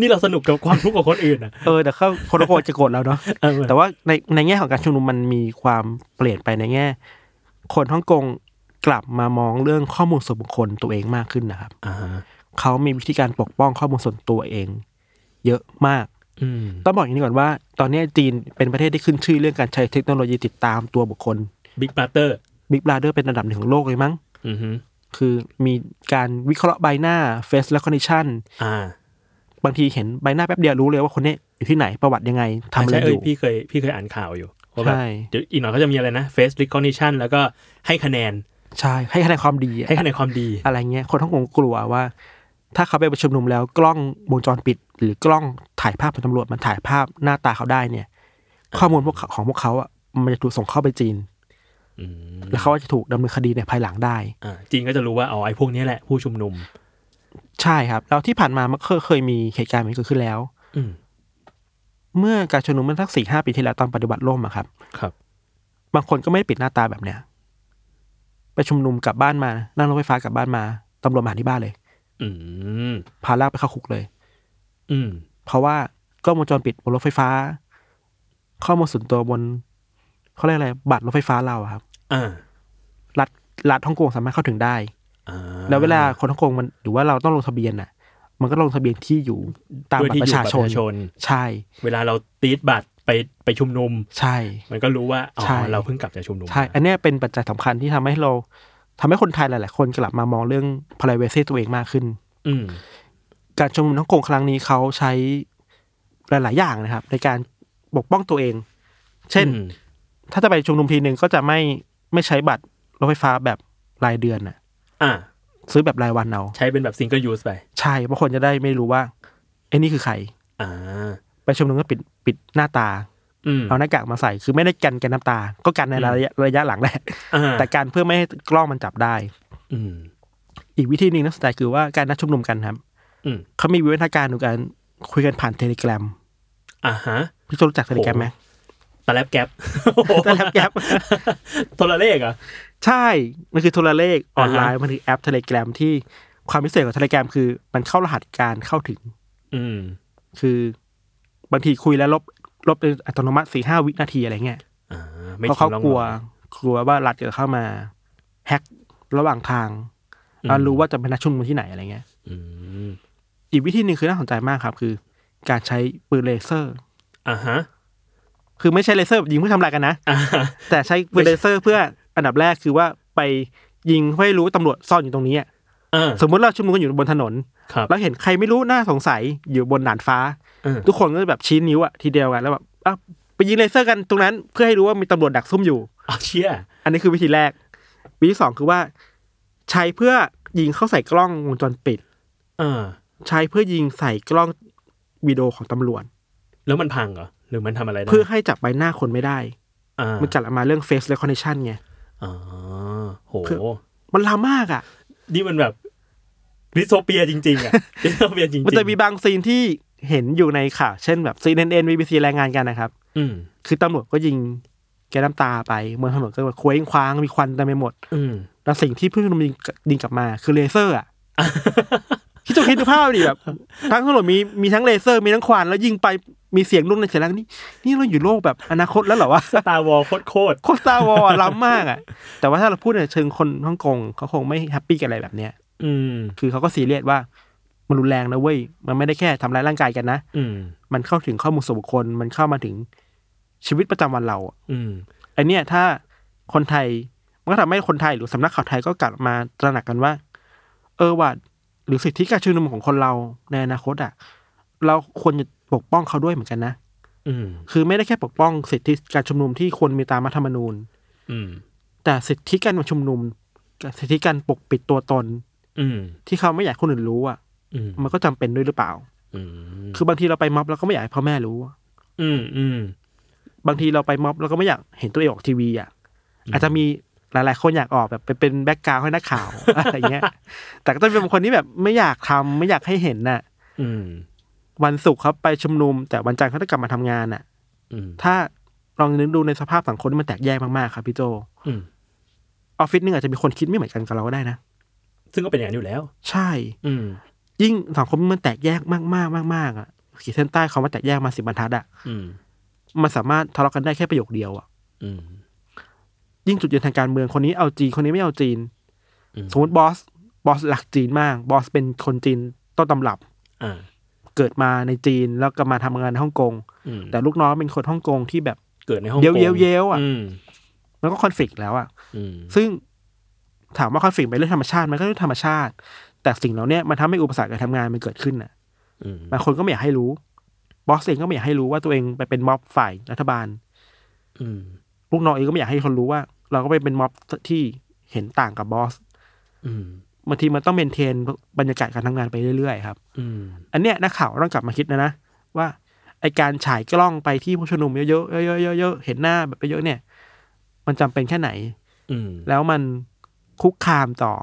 นี่เราสนุกกับความทุกข์ของคนอื่นอ่ะ
เออแต่เขาคนละคนจะโกรธเราเนาะ
เออ
แต่ว่าในในแง่ของการชุมนุมมันมีความเปลี่ยนไปในแง่ คนฮ่องกงกลับมามองเรื่องข้อมูลส่วนบุคคลตัวเองมากขึ้นนะครับ
อ่าฮะ
เขามีวิธีการปกป้องข้อมูลส่วนตัวเอง เยอะมาก
อืม
ต้องบอกอย่างนี้ก่อนว่า ตอนนี้จีนเป็นประเทศที่ขึ้นชื่อเรื่องการใช้เทคโนโลยีติดตามตัวบุคคล
บิ๊กบราเตอร์
บิ๊กบราเดอร์เป็นระดับหนึ่งของโลกเลยมั้ง
อือฮึ
คือมีการวิเคราะห์ใบหน้า face recognition
อ่า
บางทีเห็นใบหน้าแป๊บเดียวรู้เลยว่าคนนี้อยู่ที่ไหนประวัติยังไงทำอะไร
ใช่
อ
เอ้ย
ยู่
พี่เคยพี่เคยอ่านข่าวอยู่ว่าแบบ
ใช่
เดี๋ยวอีกหน่อยเขาจะมีอะไรนะ face recognition แล้วก็ให้คะแนน
ใช่ให้คะแนนความดี
ให้คะแนนความดี
อะไรเงี้ยคนทั้งองกลัวว่า ถ้าเขาไปประชุมนุมแล้วกล้องวงจรปิด หรือกล้องถ่ายภาพของตำรวจมันถ่ายภาพหน้าตาเขาได้เนี่ย ข้อมูลพวกเขาของพวกเขาอ่ะมันจะถูกส่งเข้าไปจีน
อืม
แล้วเขาก็จะถูกดำเนินคดีในภายหลังได้
อ่าจีนก็จะรู้ว่าเอาไอ้พวกนี้แหละผู้ชุมนุม
ใช่ครับ แล้วที่ผ่านมามันเคยเคยมีเหตุการณ์แบบนี้เกิดขึ้นแล้ว
อืม
เมื่อการชุมนุมเมื่อสักสี่ห้าปีที่แล้วตอนปฏิวัติล่มอะครับ
ครับ
บางคนก็ไม่ได้ปิดหน้าตาแบบเนี้ยไปชุมนุมกลับบ้านมานั่งรถไฟฟ้ากลับบ้านมาตำรวจมาหาที่บ้านเลย
อืม
พาลากไปเข้าคุกเลย
อืม
เพราะว่า กล้องวงจรปิดบนรถไฟฟ้า ข้อมูลส่วนตัวบนเขาเรียกอะไรบัตรรถไฟฟ้าเราอะครับ
อ่า
รัฐรัฐฮ่องกงสามารถเข้าถึงได้
อ่า
แล้วเวลาคนฮ่องกงมันหรือว่าเราต้องลงทะเบียนน่ะ มันก็ลงทะเบียนที่อยู่ตาม
ด้วย
บัต
ที่
ร
อ
ประ
ยู่บั
ชา
ต
ชน
น
ใช่
เวลาเราตีดบัตรไปไปชุมนุม
ใช่
มันก็รู้ว่าอ๋อ
ใช่
เราเพิ่งกลับจากชุมนุม
ใช่ อันเนี้ยเป็นปัจจัยสำคัญที่ทำให้เราทำให้คนไทยหลาย ๆ คนกลับมามองเรื่อง privacy ตัวเองมากขึ้น
อืม
การชุมนุมทั้งกงครั้งนี้เขาใช้หลาย ๆ อย่างนะครับ ในการปกป้องตัวเอง เช่น
อืม
ถ้าจะไปชุมนุมทีหนึ่งก็จะไม่ไม่ใช้บัตรรถไฟฟ้าแบบรายเดือนน่ะ
อ่า
ซื้อแบบรายวันเอา
ใช้เป็นแบบซิงเกิลยูสไป
ใช่เพราะคนจะได้ไม่รู้ว่าไอ้นี่คือใคร
อ่า
ไปชุมนุมก็ปิดปิดหน้าตา
อืม
เอาหน้ากากมาใส่ คือไม่ได้กันกันน้ำตา ก็กันในระยะระยะหลังแหละ
อ่า
แต่การเพื่อไม่ให้กล้องมันจับได้
อืม
อีกวิธีหนึ่งน่าสนใจคือว่าการนัดชุมนุมกันครับ
อืม
เขามีวิวัฒนาการของการคุยกันผ่านเทเลกรา
อ่าฮะ
พี่โจรู้จักเทเลกราไหม
ตะแลบแก๊ป
<laughs> ตะแลบแก๊ป
<laughs> โทรเลขเหรอ่ะ
ใช่ มันคือโทรเลขออนไล
อ่า
น์
ฮะ
มันคือแอปเทเลกราที่ความพิเศษของเทเลกราคือมันเข้ารหัสการเข้าถึง
อืม
คือบางทีคุยแล้วลบลบโดยอัตโนมัติสี่ห้าวินาทีอะไรเงี้ย
อ่า ไม่
เพราะ
ทิ้
เขา
งร่อง
กลัว
รอย
กลัวว่ารัฐจะเข้ามาแฮกระหว่างทาง
อืม
แล้วรู้ว่าจะเป็นนัดชุมนุมที่ไหนอะไรเงี้ย
อืม
อีกวิธีหนึ่งคือน่าสนใจมากครับ คือ การใช้ปืนเลเซอร์
อ่าฮะ
คือไม่ใช่เลเซอร์แบบยิงเพื่อทำลายกันนะ
อ่า
แต่ใช้ปืนเลเซอร์เพื่ออันดับแรกคือว่าไปยิงเพื่อให้รู้ว่าตำรวจซ่อนอยู่ตรงนี้อะ
อ่า
สมมติเราชุมนุมกันอยู่บนถนน
ครับ
แล้วเห็นใครไม่รู้น่าสงสัยอยู่บนหนานฟ้า
อ่า
ทุกคนก็จะแบบชี้นิ้วอะทีเดียวกันแล้วแบบอ่ะไปยิงเลเซอร์กันตรงนั้น เพื่อให้รู้ว่ามีตำรวจดักซุ่มอยู่
อ้าวเชี่ย
อันนี้คือวิธีแรก วิธีสองคือว่า ใช้เพื่อยิงเข้าใส่กล้องวงจรปิด
อ่า
ใช้เพื่อยิงใส่กล้องวิดีโอของตำรวจ
แล้วมันพังเหรอ หรือมันทำอะไรได้
เพื่อให้จับใบหน้าคนไม่ได้
อ่า
มันกลับมาเรื่อง face recognition ไง
อ๋อโห
เพื่อ มันล้ำมากอะ
นี่มันแบบดิสโทเปียจริง
<laughs>
ๆอ่ะ ดิสโทเปียจริงๆ
มันจะมีบางซีนที่เห็นอยู่ในข่าวเช่นแบบ CNN BBC รายงานกันนะครับ
อืม
คือตำรวจก็ยิงแก๊สน้ำตาไปบนถนนก็แบบเคว้งคว้างมีควันเต็มไปหมด
อืม
แล้วสิ่งที่ผู้ชุมนุมยิงยิงกลับมาคือเลเซอร์อ่ะ คิดดูคิดดูภาพดิแบบทั้งถนนมีมีทั้งเลเซอร์มีทั้งควันแล้วยิงไปมีเสียงรุ่นในเสียงแรงนี่นี่เราอยู่โลกแบบอนาคตแล้วเหรอวะ
ตาวอลโคตร
โคตรตาวอลล้ำมากอ่ะ แต่ว่าถ้าเราพูดในเชิงคนฮ่องกงเขาคงไม่แฮปปี้กับอะไรแบบเนี้ย
ๆอืม
คือเขาก็ซีเรียสว่ามันรุนแรงนะเว้ยมันไม่ได้แค่ทำร้ายร่างกายกันนะ
อืม
มันเข้าถึงข้อมูลส่วนบุคคล มันเข้ามาถึงชีวิตประจำวันเราอะ
อืม
ไอเนี้ยถ้าคนไทย มันก็ทำให้คนไทยหรือสำนักข่าวไทยก็กลับมาตระหนักกันว่า เออว่าหรือสิทธิการชุมนุมของคนเราในอนาคตอ่ะ เราควรจะปกป้องเขาด้วยเหมือนกันนะ
อืม
คือไม่ได้แค่ปกป้องสิทธิการชุมนุมที่ควรมีตามรัฐธรรมนูญ
อืม
แต่สิทธิการมาชุมนุมกับสิทธิการปกปิดตัวตน
อืม
ที่เขาไม่อยากให้คนอื่นรู้อ่ะ
อืม
มันก็จำเป็นด้วยหรือเปล่า
อืม
คือบางทีเราไปม็อบเราก็ไม่อยากให้พ่อแม่รู้อะ
อืมอืม
บางทีเราไปม็อบเราก็ไม่อยากเห็นตัวเองออกทีวีอ่ะอาจจะมี หลาย ๆ คนอยากออกแบบไปเป็นแบ็กกราวให้นักข่าว <laughs> อะไรเงี้ย แต่ก็ต้องเป็นคนที่แบบไม่อยากทำไม่อยากให้เห็นน่ะ
อืม
วันศุกร์เขาไปชุมนุม แต่วันจันทร์เขาต้องกลับมาทำงานน่ะ
อืม
ถ้าลองนึกดูในสภาพสังคมที่มันแตกแยกมาก ๆ ครับพี่โจอ
อืม
อฟฟิศหนึงอาจจะมีคนคิดไม่เหมือนกันกับเราก็ได้นะ
ซึ่งก็เป็นอย่างนั้นอยู่แล้ว
ใช่
อืม
ยิ่งสังคมมันแตกแยกมากๆมากๆอ่ะขีดเส้นใต้เขามาแตกแยกมาสิบบรรทัดอ่ะ
อืม
มันสามารถทะเลาะกันได้แค่ประโยคเดียวอ่ะ
อืม
ยิ่งจุดยืนทางการเมืองคนนี้เอาจีนคนนี้ไม่เอาจีน
อืม
สมมติบอสบอสหลักจีนมาก บอสเป็นคนจีนต้นตำรับ
อ่า
เกิดมาในจีนแล้วก็มาทำงานในฮ่องกง
อืม
แต่ลูกน้องเป็นคนฮ่องกงที่แบบ
เกิดในห้อง
เย้ยวๆเย้ยวๆอ่ะ
อืม
มันก็คอนฟ lict แล้วอ่ะ
อืม
ซึ่งถามว่าคอนฟ lict เป็นเรื่องธรรมชาติไหมันก็เรื่องธรรมชาติ แต่สิ่งเหล่าเนี้ยมันทำให้อุปสรรคการทำงานมันเกิดขึ้นอ่ะ
อืม
บางคนก็ไม่อยากให้รู้ บอสเองก็ไม่อยากให้รู้ว่าตัวเองไปเป็นม็อบฝ่ายรัฐบาล
อืม
ลูกน้องเองก็ไม่อยากให้คนรู้ว่า เราก็ไปเป็นม็อบที่เห็นต่างกับบอส
อืม
บางทีมันต้องเมนเทนบรรยากาศการทำงานไปเรื่อยๆครับ
อืม
อันเนี้ยนักข่าวต้องกลับมาคิดนะนะ ว่าไอการฉายกล้องไปที่ผู้ชุมนุมเยอะๆเยอะๆเยอะๆเห็นหน้าแบบเยอะๆเนี่ย มันจำเป็นแค่ไหน
อืม
แล้วมันคุกคามต่อ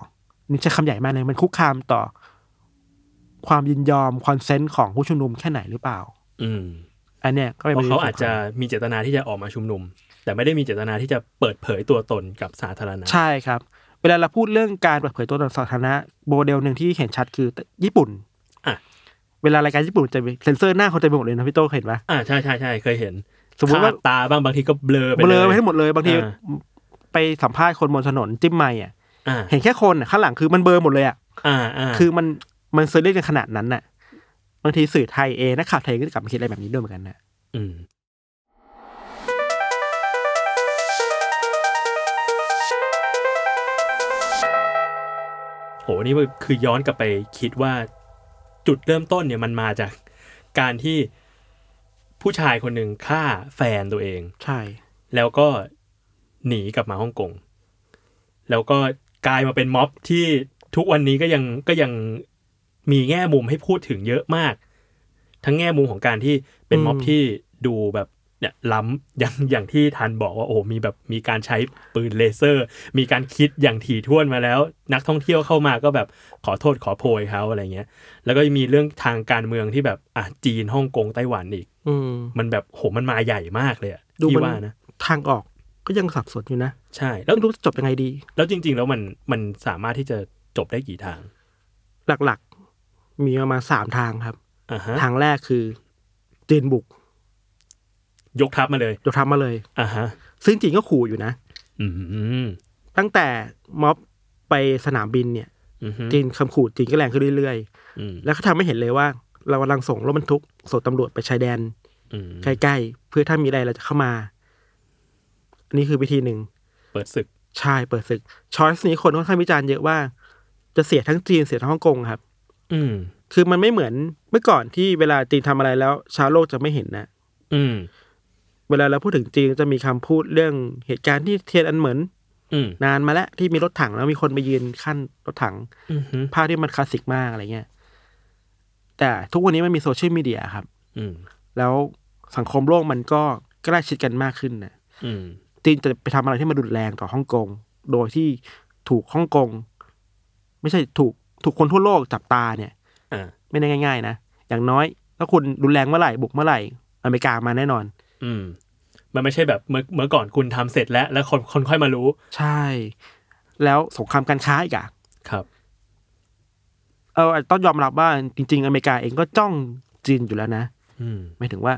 นี่ใช้คำใหญ่มากเลยมันคุกคามต่อ ความยินยอมคอนเซนต์ของผู้ชุมนุมแค่ไหนหรือเปล่า
อืม
อันเนี้ยก็เป็น
เพ
ปร
ราะ
ด็น
เขาอาจ
สำคัญ
จะมีเจตนาที่จะออกมาชุมนุม แต่ไม่ได้มีเจตนาที่จะเปิดเผยตัวตนกับสาธารณะ
ใช่ครับ เวลาเราพูดเรื่องการเปิดเผยตัวตนสาธารณะโมเดลหนึ่งที่เห็นชัดคือญี่ปุ่น
อ่ะ
เวลารายการญี่ปุ่นจะมีเซ็นเซอร์หน้าคนเต็มไปหมดเลยนะพี่โตเห็นปะ
อ่าใช่ใช่ใช่เคยเห็น
สมมติว่า
ขดตาบ้างบางทีก็เบลอไป
เบล
เลย
อไปทั้งหมดเลยบางที
อ่า
ไปสัมภาษณ์คนบนถนนจิ้มไม่อ่ะ
อ่า
เห็นแค่คนอะข้างหลังคือมันเบลอหมดเลยอ่ะ
อ่าอ่า
คือมันมันเซอร์เรียสกันขนาดนั้นน่ะบางทีสื่อไทยเองนักข่าวไทยก็จะกลับมาคิดอะไรแบบนี้ด้วยเหมือนกันนะ
อืม โหนี่มันคือย้อนกลับไปคิดว่าจุดเริ่มต้นเนี่ยมันมาจากการที่ผู้ชายคนหนึ่งฆ่าแฟนตัวเอง
ใช่
แล้วก็หนีกลับมาฮ่องกง แล้วก็กลายมาเป็นม็อบที่ทุกวันนี้ก็ยังก็ยังมีแง่มุมให้พูดถึงเยอะมาก ทั้งแง่มุมของการที่เป็นม็อบที่ดูแบบเนี่ยล้ำ <laughs> อย่างอย่างที่ทันบอกว่าโอ้โหมีแบบมีการใช้ปืนเลเซอร์ มีการคิดอย่างถี่ถ้วนมาแล้ว นักท่องเที่ยวเข้ามาก็แบบขอโทษขอโพยเขาอะไรเงี้ย แล้วก็มีเรื่องทางการเมืองที่แบบอ่ะจีนฮ่องกงไต้หวันอีก
อืม
มันแบบโหมันมาใหญ่มากเลยอะ
ดู
ที่
มัน
ว่านะ
ทางออกก็ยังสับสนอยู่นะ
ใช่แล้ว
ไม่รู้จะจบยังไงดี
แล้วจริง ๆ แล้วมันมันสามารถที่จะจบได้กี่ทาง
หลักๆ มีประมาณสามทางครับ
อ่าฮะ
ทางแรกคือจีนบุก
ยกทัพมาเลย
จะทำมาเลย
อ่าฮะ
ซึ่งจีนก็ขู่อยู่นะ
อืม
ตั้งแต่ม็อบไปสนามบินเนี่ย
อืม
จีนคำขู่จีนก็แรงขึ้นเรื่อยๆ
อืม
แล้วก็ทำให้เห็นเลยว่า เรากำลังส่งรถบรรทุกส่งตำรวจไปชายแดน
อืม
ใกล้ๆ เพื่อถ้ามีอะไรเราจะเข้ามา อันนี้คือวิธีหนึ่ง
เปิดศึก
ใช่เปิดศึกช้อยส์นี้คนค่อนข้างวิจารณ์เยอะว่า จะเสียทั้งจีนเสียทั้งฮ่องกงครับ
อืม
คือมันไม่เหมือนเมื่อก่อนที่เวลาจีนทำอะไรแล้ว ชาวโลกจะไม่เห็นนะ
อืม
เวลาเราพูดถึงจีนจะมีคำพูดเรื่องเหตุการณ์ที่เทียนอันเหมือน
อืม
นานมาแล้วที่มีรถถังแล้วมีคนไปยืนขั้นรถถัง
อืมฮึ
ภาพที่มันคลาสสิกมากอะไรเงี้ยแต่ทุกวันนี้มันมีโซเชียลมีเดียครับ
อืม
แล้วสังคมโลกมันก็ใกล้ชิดกันมากขึ้นนะ
อืม
จีนจะไปทำอะไรที่มันรุนแรงต่อฮ่องกง โดยที่ถูกฮ่องกง ไม่ใช่ถูกถูกคนทั่วโลกจับตาเนี่ย
อ่า
ไม่ได้ง่ายๆนะ อย่างน้อย ถ้าคุณรุนแรงเมื่อไหร่บุกเมื่อไหร่อเมริกามาแน่นอน
อืม มันไม่ใช่แบบเมื่อเมื่อก่อนคุณทำเสร็จแล้ว แล้วคนคนค่อยมารู้
ใช่ แล้วสงครามการค้าอีกอะ
ครับ
เอออาจจะต้องยอมรับว่าจริง ๆ อเมริกาเองก็จ้องจีนอยู่แล้วนะ
อืม
หมายถึงว่า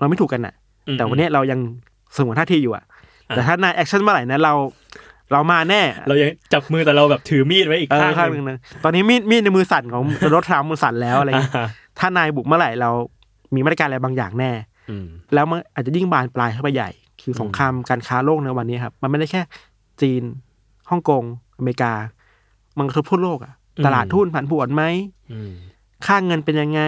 เราไม่ถูกกันน่ะ
อืม
แต่วันเนี้ยเรายังสงวนท่าทีอยู่อะ
อ่า
แต่ถ้านายแอคชั่นเมื่อไหร่นะเรา เรามาแน่
เรายังจับมือแต่เราแบบถือมีดไว้อีก
เออ
ข้าง
ข้าง
ห
ห
นึ่
นึ่
ง
งนะตอนนี้มีดมีดในมือสั่นของ รถทรัมป์มันสั่นแล้วอะไร
อ่า
เงี้ย
ฮะ
ถ้านายบุกเมื่อไหร่เรามีมาตรการอะไรบางอย่างแน่
อืม
แล้วมันอาจจะยิ่งบานปลายเข้าไปใหญ่ คือสงครามการค้าโลกในวันนี้ครับ มันไม่ได้แค่จีนฮ่องกงอเมริกา มันกระทบทั่วโลกอะ
อืม
ตลาดทุนผันผวนไหม
อืม
ค่าเงินเป็นยังไง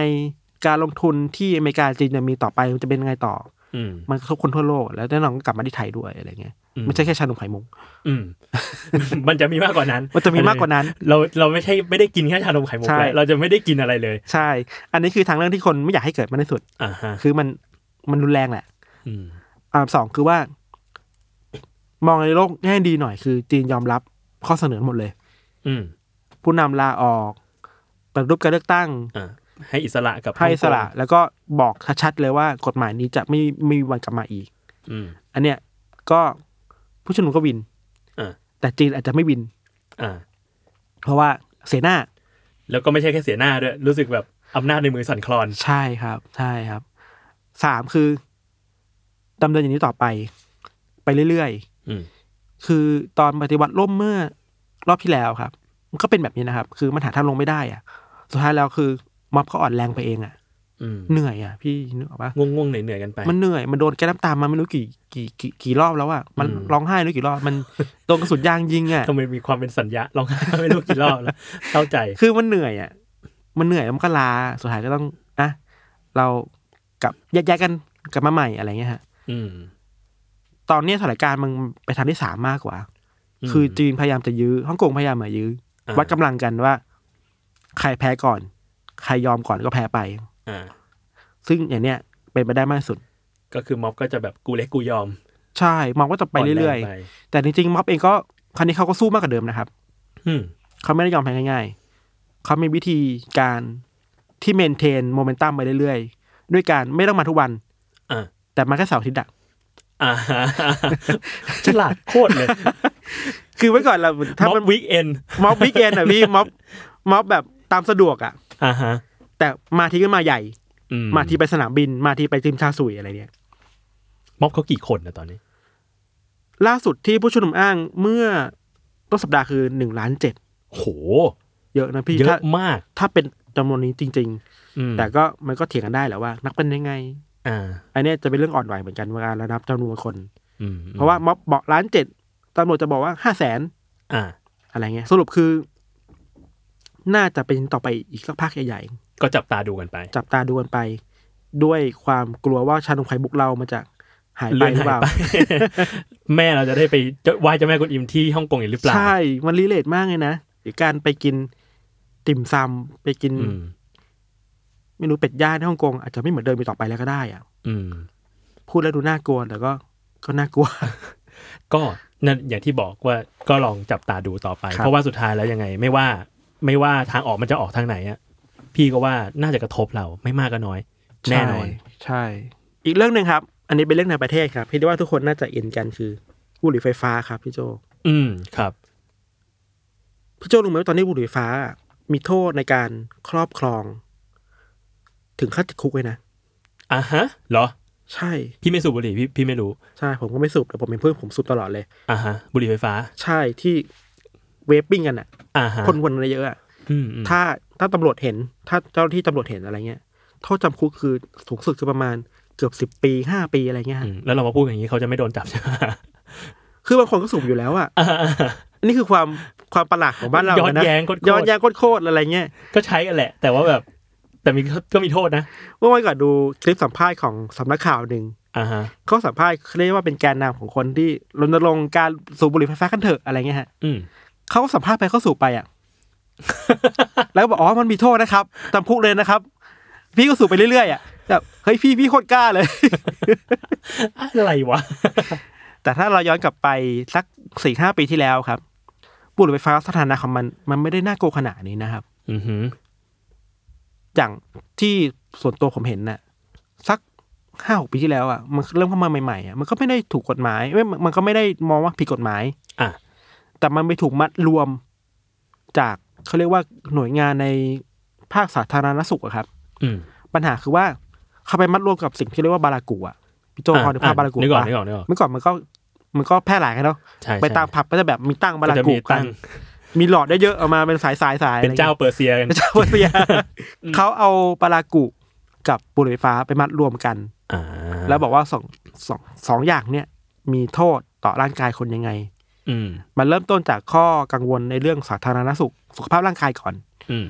การลงทุนที่อเมริกาจีนจะมีต่อไปมันจะเป็นยังไงต่อ
อืม
มันกระทบคนทั่วโลก แล้วแน่นอนก็กลับมาที่ไทยด้วยอะไรเงี้ย
อืม
ไม่ใช่แค่ชานมไข่มุก
อืม <laughs> มันจะมีมากกว่านั้น
มันจะมีมากกว่านั้น
เราเราไม่ใช่ไม่ได้กินแค่ชานมไข่มุก
ใช่
แล้วเราจะไม่ได้กินอะไรเลย
<laughs> ใช่ อันนี้คือทางเรื่องที่คนไม่อยากให้เกิดมากที่สุด
อ่าฮะ
คือมันมันรุนแรงแหละ
อืม
อ่าสองคือว่า มองในโลกแง่ดีหน่อยคือ จีนยอมรับข้อเสนอหมดเลย
อืม
ผู้นำลาออกปฏิรูปการเลือกตั้ง
อ่าให้อิสระกับ
ให้อิสระ
ฮ่องก
แล้วก็บอกชัดๆเลยว่ากฎหมายนี้จะไม่ไม่มีวันกลับมาอีก
งอืม
อันเนี้ยก็ผู้ชุมนุมก็วิน
อ่า
แต่จีนอาจจะไม่วิน
อ่า
เพราะว่าเสนา
แล้วก็ไม่ใช่แค่เสียหน้าด้วย รู้สึกแบบอำนาจในมือสั่นคลอน
ใช่ครับ ใช่ครับสามคือดำเนินอย่างนี้ต่อไป ไปเรื่อย
อืม
ๆ คือตอนปฏิวัติล่มเมื่อรอบที่แล้วครับ มันก็เป็นแบบนี้นะครับ คือมันหาทางลงไม่ได้อะสุดท้ายแล้วคือม็อบก็อ่อนแรงไปเองอะ
อืม
เหนื่อยอะพี่นึกออกปะ
ง่วงง่วงๆเหนื่อยเหนื่อยๆกันไป
มันเหนื่อย มันโดนแก้น้ำตามาไม่รู้กี่กี่กี่กี่รอบแล้วอะมัน
อืม
ร้องไห้ไม่รู้กี่รอบ มัน โดนกระสุนยางยิงอะ
<laughs> ทำไมมีความเป็นสัญญาลองไห้ไม่รู้กี่รอบแล้วเข้าใจ
คือมันเหนื่อยอะมันเหนื่อยแล้วมันก็ลา สุดท้ายก็ต้องอ่ะเรากลับแยกย้ายกันกลับมาใหม่อะไรเงี้ยฮะ
อืม
ตอนเนี้ยสถานการณ์มันไปทางที่สามมากกว่า
อืม
คือจีนพยายามจะยื้อ ฮ่องกงพยายามมายื้ออวัดกำลังกันว่า ใครแพ้ก่อน ใครยอมก่อนก็แพ้ไป
อ่า
ซึ่งอย่างเนี้ยเป็นไปได้มากที่สุด
ก็คือม็อบก็จะแบบกูเล็กกูยอม
ใช่ มองว่าจะไปเรื่อย
นแงไป
ๆ แต่จริงๆม็อบเองก็ครั้นี้เขาก็สู้มากกว่าเดิมนะครับ
อืม
เขาไม่ได้ยอมแพ้ง่ายๆ เขามีวิธีการที่เมนเทนโมเมนตัมไปเรื่อยๆ ด้วยการไม่ต้องมาทุกวัน
อ่า
แต่มาแค่เสาร์อาทิตย์อะ <laughs>
อ่าฮะฉลาดโคตรเลย
คือไว้ก่อนเราถ้า
ม็อบ
มัน
วีคเอน
ม็อบวิกเอนอะพี่ ม็อบม็อบแบบตามสะดวกอะ
อ่าฮะ
แต่มาทีก็มาใหญ่
อื
มาทีไปสนามบิน มาทีไปจิมชาสุยอะไรเนี่ย
ม็อบเขากี่คนนะตอนนี้
ล่าสุดที่ผู้ชุมนุมอ้างเมื่อต้นสัปดาห์คือหนึ่งล้านเจ็ด
โห
เยอะนะพี่
เย
ถ้า
อะมาก
ถ้าเป็นจำนวนนี้จริง
อืม
ๆ แต่ก็มันก็เถียงกันได้แหละว่า นักเป็นยังไง
อ่า
อันเนี้ยจะเป็นเรื่องอ่อนไหวเหมือนกันเวลาเรานับจำนวนคน
อืม
เพราะว่าม็อบบอกล้านเจ็ดตำรวจจะบอกว่าห้าแสน
อ่า
อะไรเงี้ยสรุปคือ น่าจะเป็นต่อไปอีกสักพักใหญ่
ก็จับตาดูกันไป
ๆ จับตาดูกันไป ด้วยความกลัวว่าชานมไข่บุกเรามันจะหายไปหรือ <laughs> เปล่า
แม่เราจะได้ไปจะไหว้เจ้าแม่กุนอิมที่ฮ่องกงอีกหรือเปล่า
ใช่ มันรีเลทมากเลยนะหรือการไปกินติ่มซำไปกิน
อืม
เมนูเป็ดย่างที่ฮ่องกงอาจจะไม่เหมือนเดิมไปต่อไปแล้วก็ได้อะ
อืม
พูดแล้วดูน่ากลัวแต่ก็ก็น่ากลัว <laughs>
ก็นั่นอย่างที่บอกว่าก็ลองจับตาดูต่อไป
ครับ
เพราะว่าสุดท้ายแล้วยังไง ไม่ว่าไม่ว่าทางออกมันจะออกทางไหนอะพี่ก็ว่าน่าจะกระทบเราไม่มากก็น้อย แน่นอน
ใช่ใช่ อีกเรื่องหนึ่งครับ อันนี้เป็นเรื่องในประเทศครับ พี่ว่าทุกคนน่าจะเอ็นกันคือบุหรี่ไฟฟ้าครับพี่โจ
อืมครับ
พี่โจรู้ไหมว่าตอนนี้บุหรี่ไฟฟ้า มีโทษในการครอบครอง ถึงขั้นติดคุกเลยนะ
อ่ะฮะเหรอ
ใช่
พี่ไม่สูบบุหรี่พี่พี่ไม่รู้
ใช่ ผมก็ไม่สูบแต่ผมเป็นเพื่อนผมสูบตลอดเลย
อ่ะฮะ บุหรี่ไฟฟ้า
ใช่ที่เวฟปิ้งกันอ่ะ
อ่ะฮะ
คนวนอะไรเยอะอ่ะ
อืมอืม
ถ้าถ้าตำรวจเห็น ถ้าเจ้าหน้าที่ตำรวจเห็นอะไรเงี้ยโทษจำคุกคือสูงสุดคือประมาณเกือบสิบปีห้าปีอะไรเงี้ย
อื
ฮะ
มแล้วเรามาพูดอย่างนี้เขาจะไม่โดนจับใช่ไหม
คือบางคนก็สูบอยู่แล้วอ่ะ
อ่าอ่าอ่า
อันนี้คือความความประหลาดของบ้านเรา
ย้อน
นะ
แย้งโคตรๆ
ย้อนแย้งโคตรๆอะไรเงี้ย
ก็ใช้กันแหละ แต่ว่าแบบ แต่มีก็มีโทษนะ
เมื่อวันก่อนดูคลิปสัมภาษณ์ของสำนักข่าวหนึ่ง
อ่ะฮะ
เขาสัมภาษณ์เขาเรียกว่าเป็นแกนนำของคนที่รณรงค์การสูบบุหรี่ไฟฟ้ากันเถอะอะไรเงี้ยฮะ
อืม
เขาสัมภาษณ์ไปเขาสูบไป
<laughs>
อ่ะ แล้วก็บอกอ๋อมันมีโทษนะครับจำคุกเลยนะครับ พี่ก็สูบไปเรื่อยๆอ่ะแบบเฮ้ยพี่พี่โคตรกล้าเลย
อะไรวะ
แต่ถ้าเราย้อนกลับไปสักสี่ห้าปีที่แล้วครับบุหรี่ไฟฟ้าสถานะของมันมันไม่ได้น่ากลัวขนาดนี้นะครับ
อือหือ
อย่างที่ส่วนตัวผมเห็นน่ะสักห้าหกปีที่แล้วอ่ะมันเริ่มเข้ามาใหม่ๆอ่ะมันก็ไม่ได้ถูกกฎหมายไม่มันก็ไม่ได้มองว่าผิดกฎหมาย
อ่ะ
แต่มันไปถูกมัดรวมจากเขาเรียกว่าหน่วยงานในภาคสาธารณสุขอะครับ
อืม
ปัญหาคือว่าเขาไปมัดรวมกับสิ่งที่เรียกว่าบารากูอ่ะพี่โจพอนึกภาพบารากู
นึกออก
ปะ
นึกออกนึกออก
เมื่อก่อนมันก็มันก็แพร่หลายกันเนาะ
ใช่ใช่
ไปตามผับก็จะแบบมีตั้งบารา
จะ
กู
มี
กั
ตั้
น
ง
มีหลอดได้เยอะๆเอามาเป็นสายสายสาย
เป็นเจ้าเปอร์เซียกัน
เจ้าพระยาเขาเอาปลารากุกับบุหรี่ไฟฟ้าไปมัดรวมกัน
อ่า
แล้วบอกว่าสองสองสองอย่างเนี่ยมีโทษต่อร่างกายคนยังไง
อืม
มันเริ่มต้นจากข้อกังวลในเรื่องสาธารณสุข สุขภาพร่างกายก่อน
อืม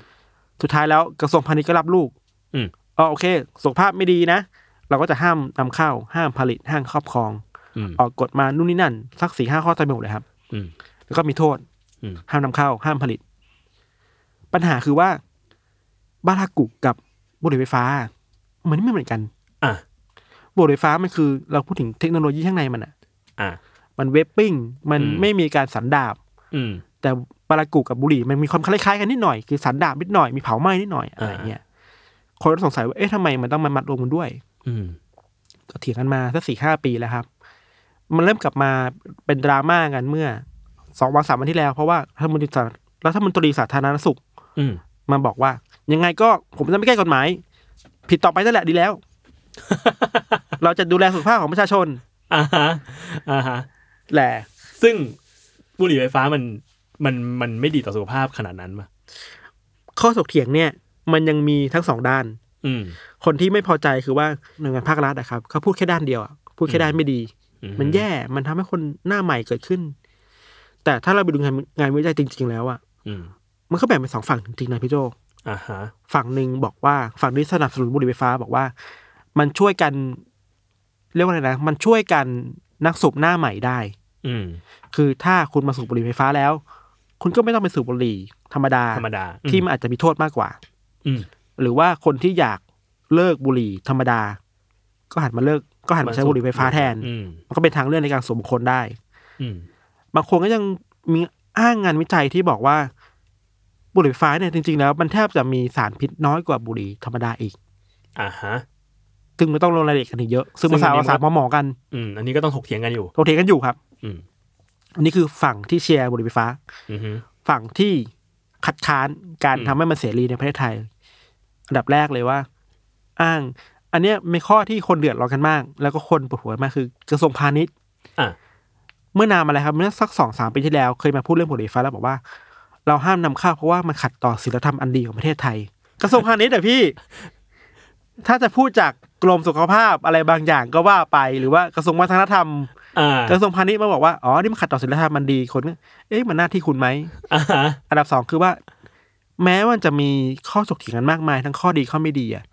สุดท้ายแล้วกระทรวงพาณิชย์ก็รับลูก
อืม
อ๋อโอเค สุขภาพไม่ดีนะ เราก็จะห้ามนำเข้า ห้ามผลิตห้ามครอบครอง
อืม
ออกกฎมานู่นนี่นั่น สักสี่ห้าข้อเต็มไปหมดเลยครับ
อืม
แล้วก็มีโทษ
อืม
ห้ามนำเข้า ห้ามผลิต ปัญหาคือว่าบารากุกับบุหรี่ไฟฟ้า มันไม่เหมือนกัน
อ่ะ
บุหรี่ไฟฟ้ามันคือ เราพูดถึงเทคโนโลยีข้างในมันอะ
อ่ะ
มันเวปปิ้ง มัน
อืม
ไม่มีการสันดาบ
อืม
แต่ปารากุกับบุหรี่มันมีความคล้ายๆกันนิดหน่อย คือสันดาบนิดหน่อย มีเผาไหม้นิดหน่อยอะไรเงี้ย คนก็สงสัยว่า เอ๊ะทำไมมันต้องมามัดรวมกันด้วย
อืม
ก็เถียงกันมาสักสี่ห้าปีแล้วครับ มันเริ่มกลับมาเป็นดราม่ากันเมื่อสองวันสามวันที่แล้ว เพราะว่ารัฐมนตรีสารัฐมนตรีสาธารณสุข
อืม
มาบอกว่า ยังไงก็ผมจะไม่แก้กฎหมาย ผิดต่อไปนั่นแหละดีแล้ว <laughs> เราจะดูแลสุขภาพของประชาชน
อ่าฮะอ่าฮะ
แหละ
ซึ่งบุหรี่ไฟฟ้ามันมันมันไม่ดีต่อสุขภาพขนาดนั้นป่ะ
ข้อถกเถียงเนี่ย มันยังมีทั้งสองด้าน
อืม
คนที่ไม่พอใจคือว่าหน่วยงานภาครัฐอะครับเขาพูดแค่ด้านเดียวอะพูดแค่ด้านไม่ดี
อืม
มันแย่มันทำให้คนหน้าใหม่เกิดขึ้น แต่ถ้าเราไปดูงานงานวิจัยจริง ๆ แล้วอะ
อืม
มันก็แบ่งเป็นสองฝั่งจริงๆนะพี่โจ
อ่าฮะ
ฝั่งหนึ่งบอกว่าฝั่งที่สนับสนุนบุหรี่ไฟฟ้าบอกว่า มันช่วยกันเรียกว่าอะไรนะ มันช่วยกันนักสูบหน้าใหม่ได้
อืม
คือถ้าคุณมาสูบบุหรี่ไฟฟ้าแล้ว คุณก็ไม่ต้องไปสูบบุหรี่ธรรมดา
ธรรมดาอืม
ที่มันอาจจะมีโทษมากกว่า
อืม
หรือว่าคนที่อยากเลิกบุหรี่ธรรมดา ก็หันมาเลิกก็หันมาใช้บุหรี่ไฟฟ้าแทน
อืม
มันก็เป็นทางเลือกในการสูบบุคคลได้
อืม
บางคนก็ยังมีอ้างงานวิจัยที่บอกว่า บุหรี่ไฟฟ้าเนี่ยจริงๆแล้วมันแทบจะมีสารพิษน้อยกว่าบุหรี่ธรรมดาอีก
อ่าฮะ
ซึ่งมันต้องลงรายละเอียดกันอีกเยอะ ซึ่งภาษา
ซึ่งอันนี้
ภาษาหมอๆกัน
อืม อันนี้ก็ต้องถกเถียงกันอยู่
โตเถียงกันอยู่ครับ
อืม
อันนี้คือฝั่งที่เชียร์บุหรี่ไฟฟ้า
อืม
ฝั่งที่คัดค้านการ
อืม
ทำให้มันเสรีในประเทศไทย อันดับแรกเลยว่า อ้าง อันเนี้ยมีข้อที่คนเดือดร้อนกันมาก แล้วก็คนปวดหัวมากคือกระทรวงพาณิชย์
อ่ะ
เมื่อนานมาแล้วครับเมื่อสักสองสามปีที่แล้วเคยมาพูดเรื่องบุหรี่ไฟฟ้าแล้วบอกว่า เราห้ามนำเข้าเพราะว่ามันขัดต่อศีลธรรมอันดีของประเทศไทย กระทรวงพาณิชย์อะพี่ ถ้าจะพูดจากกรมสุขภาพอะไรบางอย่างก็ว่าไป หรือว่ากระทรวงวัฒนธรรม
อ่าก
ระทรวงพาณิชย์มาบอกว่า อ๋อ นี่มันขัดต่อศีลธรรมอันดีคนก็เอ๊ะมันหน้าที่คุณไหม
อ่าฮะ
อันดับสองคือว่า แม้มันจะมีข้อถกเถียงกันมากมาย ทั้งข้อดีข้อไม่ดีอะ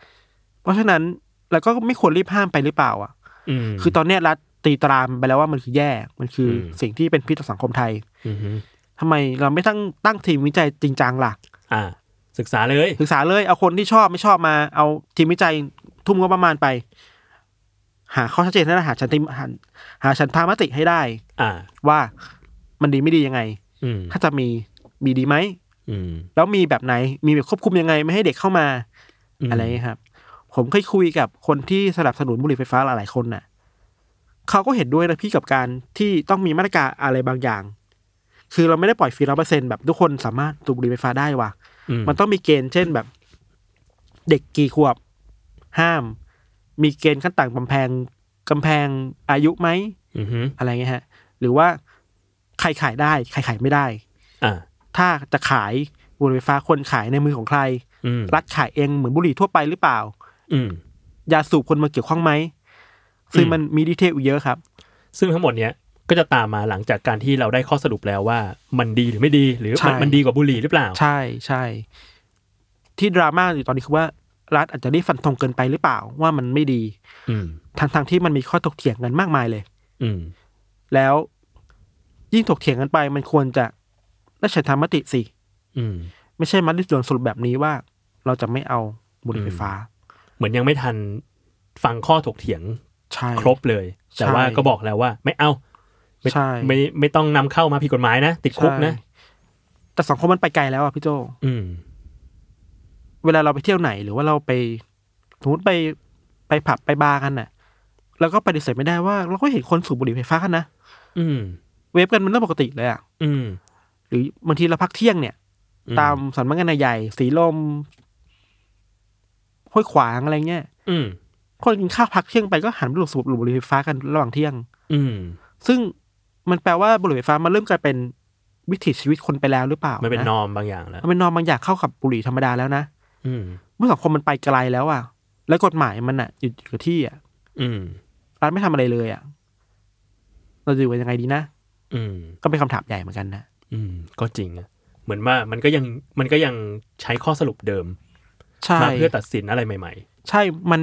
เพราะฉะนั้นเราก็ไม่ควรรีบห้ามไปหรือเปล่าอะ
อืม
คือตอนเนี้ยรัฐตีตรามไปแล้วว่ามันคือแย่มันคืออ
ม
สิ่งที่เป็นพิษต่อสังคมไทย
อืมฮึ
ทำไมเราไม่ตั้งตั้งทีมวิจัยจริงจังล่ะ
อ่า ศึกษาเลย
ศึกษาเลยเอาคนที่ชอบไม่ชอบมาเอาทีมวิจัยทุ่มงบประมาณไป หาข้อชัดเจนให้ได้หาชันติหาหาชันทามติให้ได้
อ่า
ว่ามันดีไม่ดียังไง
อืม
ถ้าจะมีมีดีไหม
อืม
แล้วมีแบบไหนมีแบบควบคุมยังไงไม่ให้เด็กเข้ามา
ม
อะไรอย่างเงี้ยครับ ผมเคยคุยกับคนที่สนับสนุนบุหรี่ไฟฟ้าหลายๆคนน่ะเขาก็เห็นด้วยนะพี่กับการที่ต้องมีมาตรการอะไรบางอย่าง คือเราไม่ได้ปล่อยฟรีร้อเปอร์เซ็นแบบทุกคนสามารถสูบบุหรี่ไฟฟ้าได้ว่ะ
อืม
มันต้องมีเกณฑ์เช่นแบบ เด็กกี่ขวบ ห้าม มีเกณฑ์ขั้นต่างกำแพงกำแพงอายุไหม
อืมฮึ
อะไรเงี้ยฮะ หรือว่าใครขายได้ ใครขายไม่ได้
อ่า
ถ้าจะขายบุหรี่ไฟฟ้าคนขายในมือของใคร
อืม
รัฐขายเองเหมือนบุหรี่ทั่วไปหรือเปล่า
อืม
ยาสูบคนมาเกี่ยวข้องไหมซึ่ง
อืม
มันมีดีเทลอยู่เยอะครับ
ซึ่งทั้งหมดเนี้ยก็จะตามมาหลังจากการที่เราได้ข้อสรุปแล้วว่ามันดีหรือไม่ดี หรือ
ใช่
มันมันดีกว่าบุหรี่หรือเปล่า
ใช่ใช่ ที่ดราม่าอยู่ตอนนี้คือว่ารัฐอาจจะได้ฟันธงเกินไปหรือเปล่า ว่ามันไม่ดี
อืม
ทั้งทงๆที่มันมีข้อถกเถียงกันมากมายเลย
อืม
แล้วยิ่งถกเถียงกันไปมันควรจะได้ฉันทามติสิ
อืม
ไม่ใช่มาดิสดวนสรุปแบบนี้ว่า เราจะไม่เอาบุหรี่ไฟฟ้า
เหมือนยังไม่ทันฟังข้อถกเถียง
ใช่
ครบเลย แต่ว่าก็บอกแล้วว่า ไม่เอาไม่
ใช่
ไม่ไม่ต้องนำเข้ามาผิดกฎหมายนะ ติดคุกนะ
ใช่แต่สังคมมันไปไกลแล้วอ่ะพี่โจ
อืม
เวลาเราไปเที่ยวไหนหรือว่าเราไปสมมติไปไปผับไปบาร์กันน่ะเราก็ปฏิเสธไม่ได้ว่า เราก็เห็นคนสูบบุหรี่ไฟฟ้ากันนะ
อืม
เวฟกันมันเรื่องปกติเลยอ่ะ
อืม
หรือบางทีเราพักเที่ยงเนี่ย
อื
ตามสำนักงานใหญ่สีลมห้วยขวางอะไรเงี้ย
อืม
คนกินข้าวพักเที่ยงไปก็หันไปหลบสูบบุหรี่ไฟฟ้ากันระหว่างเที่ยง
อืม
ซึ่งมันแปลว่าบุหรี่ไฟฟ้ามันเริ่มกลายเป็นวิถีชีวิตคนไปแล้วหรือเปล่า
มันเป็นน
นะ
อมบางอย่างแล้ว
มันเป็นนอมบางอย่างเข้ากับบุหรี่ธรรมดาแล้วนะ
อืม
เมื่อสังคมมันไปไกลแล้วอ่ะ แล้วกฎหมายมันอ่ะอยู่อยู่กับที่อ่ะ
อืม
รัฐไม่ทำอะไรเลยอ่ะ เราจะอยู่กันยังไงดีนะ
อืม
ก็เป็นคำถามใหญ่เหมือนกันนะ
อืม ก็จริงอะเหมือนว่ามันก็ยังมันก็ยังใช้ข้อสรุปเดิม
ใช่
มาเพื่อตัดสินอะไรใหม่
ใช่ มัน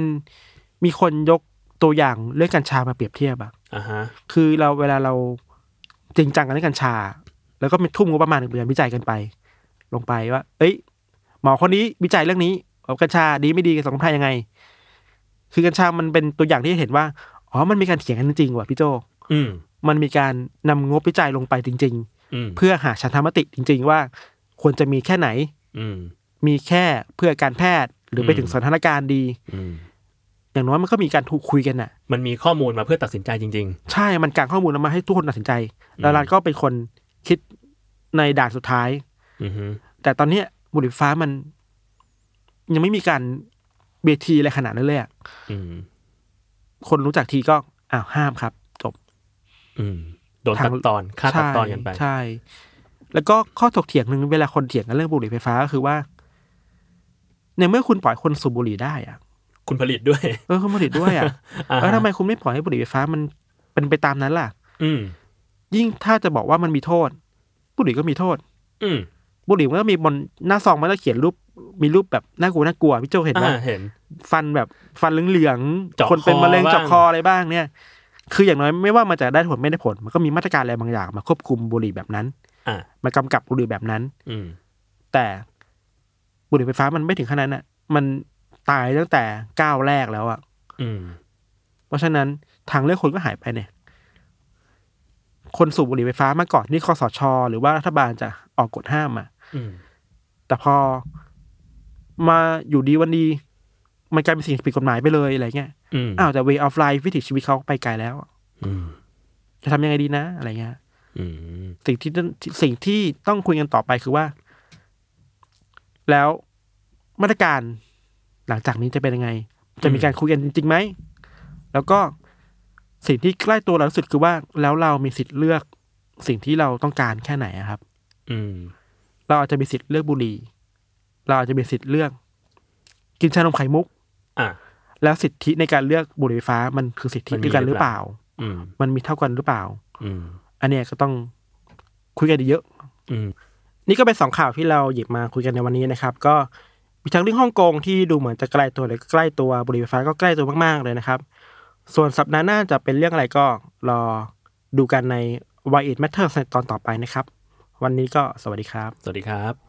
มีคนยกตัวอย่างเรื่องกัญชามาเปรียบเทียบอ่ะ
ๆอ่าฮะ
คือเราเวลาเราจริงจังกับเรื่องกัญชา แล้วก็มีทุ่มงบประมาณในการวิจัยกันไป ลงไปว่า เอ้ย หมอคนนี้วิจัยเรื่องนี้ว่ากัญชาดีไม่ดีกับสังคมไทยยังไง คือกัญชามันเป็นตัวอย่างที่เห็นว่า อ๋อ มันมีการเถียงกันจริงๆว่ะพี่โจ
อืม
มันมีการนำงบวิจัยลงไปจริง
อืม
ๆ เพื่อหาฉันทามติจริง ๆ ว่า ควรจะมีแค่ไหน
อืม
มีแค่เพื่อการแพทย์ หรือไป
อืม
ถึงสถานการณ์ดี
อืม
อย่างน้อยมันก็มีการถูกคุยกันน่ะ
มันมีข้อมูลมาเพื่อตัดสินใจจริง
ใช่มันกางข้อมูลออกมาให้ทุกคนตัดสินใจ แล้วรัฐก็เป็นคนคิดในด่านสุดท้าย
ๆ อือฮึ
แต่ตอนเนี้ยบุหรี่ไฟฟ้ามัน ยังไม่มีการเบทีอะไรขนาดนั้นเลยอะ
อืม
คนรู้จักทีก็อ้าวห้ามครับ จบ
อืมโดนตัดตอนค่าตัดตอนกันไป
ใช่ แล้วก็ข้อถกเถียงหนึ่งเวลาคนเถียงกันเรื่องบุหรี่ไฟฟ้าก็คือว่า ในเมื่อคุณปล่อยคนสูบบุหรี่ได้อะ
คุณผลิตด้วย
เออคุณผลิตด้วยอะ
อ่าฮะ
แล้วทำไมคุณไม่ปล่อยให้บุหรี่ไฟฟ้ามันเป็นไปตามนั้นล่ะ
อืม
ยิ่งถ้าจะบอกว่ามันมีโทษ บุหรี่ก็มีโทษ
อืม
บุหรี่มันก็มีบนหน้าซองมันก็เขียนรูปมีรูปแบบน่ากลัวน่ากลัวพี่โจเห็นไหม
อ่าเห็น
ฟันแบบฟันเหลือง
เจาะ
ๆคนเป็นมะเร็ง
คอบ้าง
เจาะคออะไรบ้างเนี่ย คืออย่างน้อยไม่ว่ามันจะได้ผลไม่ได้ผล มันก็มีมาตรการอะไรบางอย่าง มาควบคุมบุหรี่แบบนั้น
อ่า
มากำกับบุหรี่แบบนั้น
อืม
แต่บุหรี่ไฟฟ้ามันไม่ถึงขนาดนั้นอ่ะ มันตายตั้งแต่ก้าวแรกแล้วอ่ะ
อืม
เพราะฉะนั้นทางเลือกคนก็หายไปเนี่ย คนสูบบุหรี่ไฟฟ้ามาก่อนที่คอสช หรือว่ารัฐบาลจะออกกฎห้ามอ่ะ
อืม
แต่พอมาอยู่ดีวันดี มันกลายเป็นสิ่งผิดกฎหมายไปเลยอะไรเงี้ย
อืม
อ้าวแต่ way of life วิถีชีวิตเขาไปไกลแล้วอะ
อืม
จะทำยังไงดีนะ อะไรเงี้ย
อืม
สิ่งที่ต้องสิ่งที่ต้องคุยกันต่อไปคือว่า แล้วมาตรการหลังจากนี้จะเป็นยังไง จะมีการคุยกันจริงๆไหม แล้วก็สิ่งที่ใกล้ตัวเราที่สุดคือว่า แล้วเรามีสิทธิ์เลือกสิ่งที่เราต้องการแค่ไหนอะครับ
อืม
เราอาจจะมีสิทธิ์เลือกบุหรี่ เราอาจจะมีสิทธิ์เลือก กินชานมไข่มุก
อ่ะ
แล้วสิทธิในการเลือกบุหรี่ไฟฟ้ามันคือสิทธิ
มันมี
เดียวกันห
หรื
รือ
อ
เป
เป
ล่า
ล่า อืม
มันมีเท่ากันหรือเปล่า
อืม
อันเนี้ยก็ต้องคุยกันเยอะ
อืม
นี่ก็เป็นสองข่าวที่เราหยิบมาคุยกันในวันนี้นะครับ ก็มีทั้งเรื่องฮ่องกงที่ดูเหมือนจะใกล้ตัวหรือใกล้ตัวบุหรี่ไฟฟ้าก็ใกล้ตัวมากๆเลยนะครับ ส่วนสัปดาห์หน้าจะเป็นเรื่องอะไรก็รอดูกันใน Why It Matters ในตอนต่อไปนะครับ วันนี้ก็สวัสดีครับ
สวัสดีครับ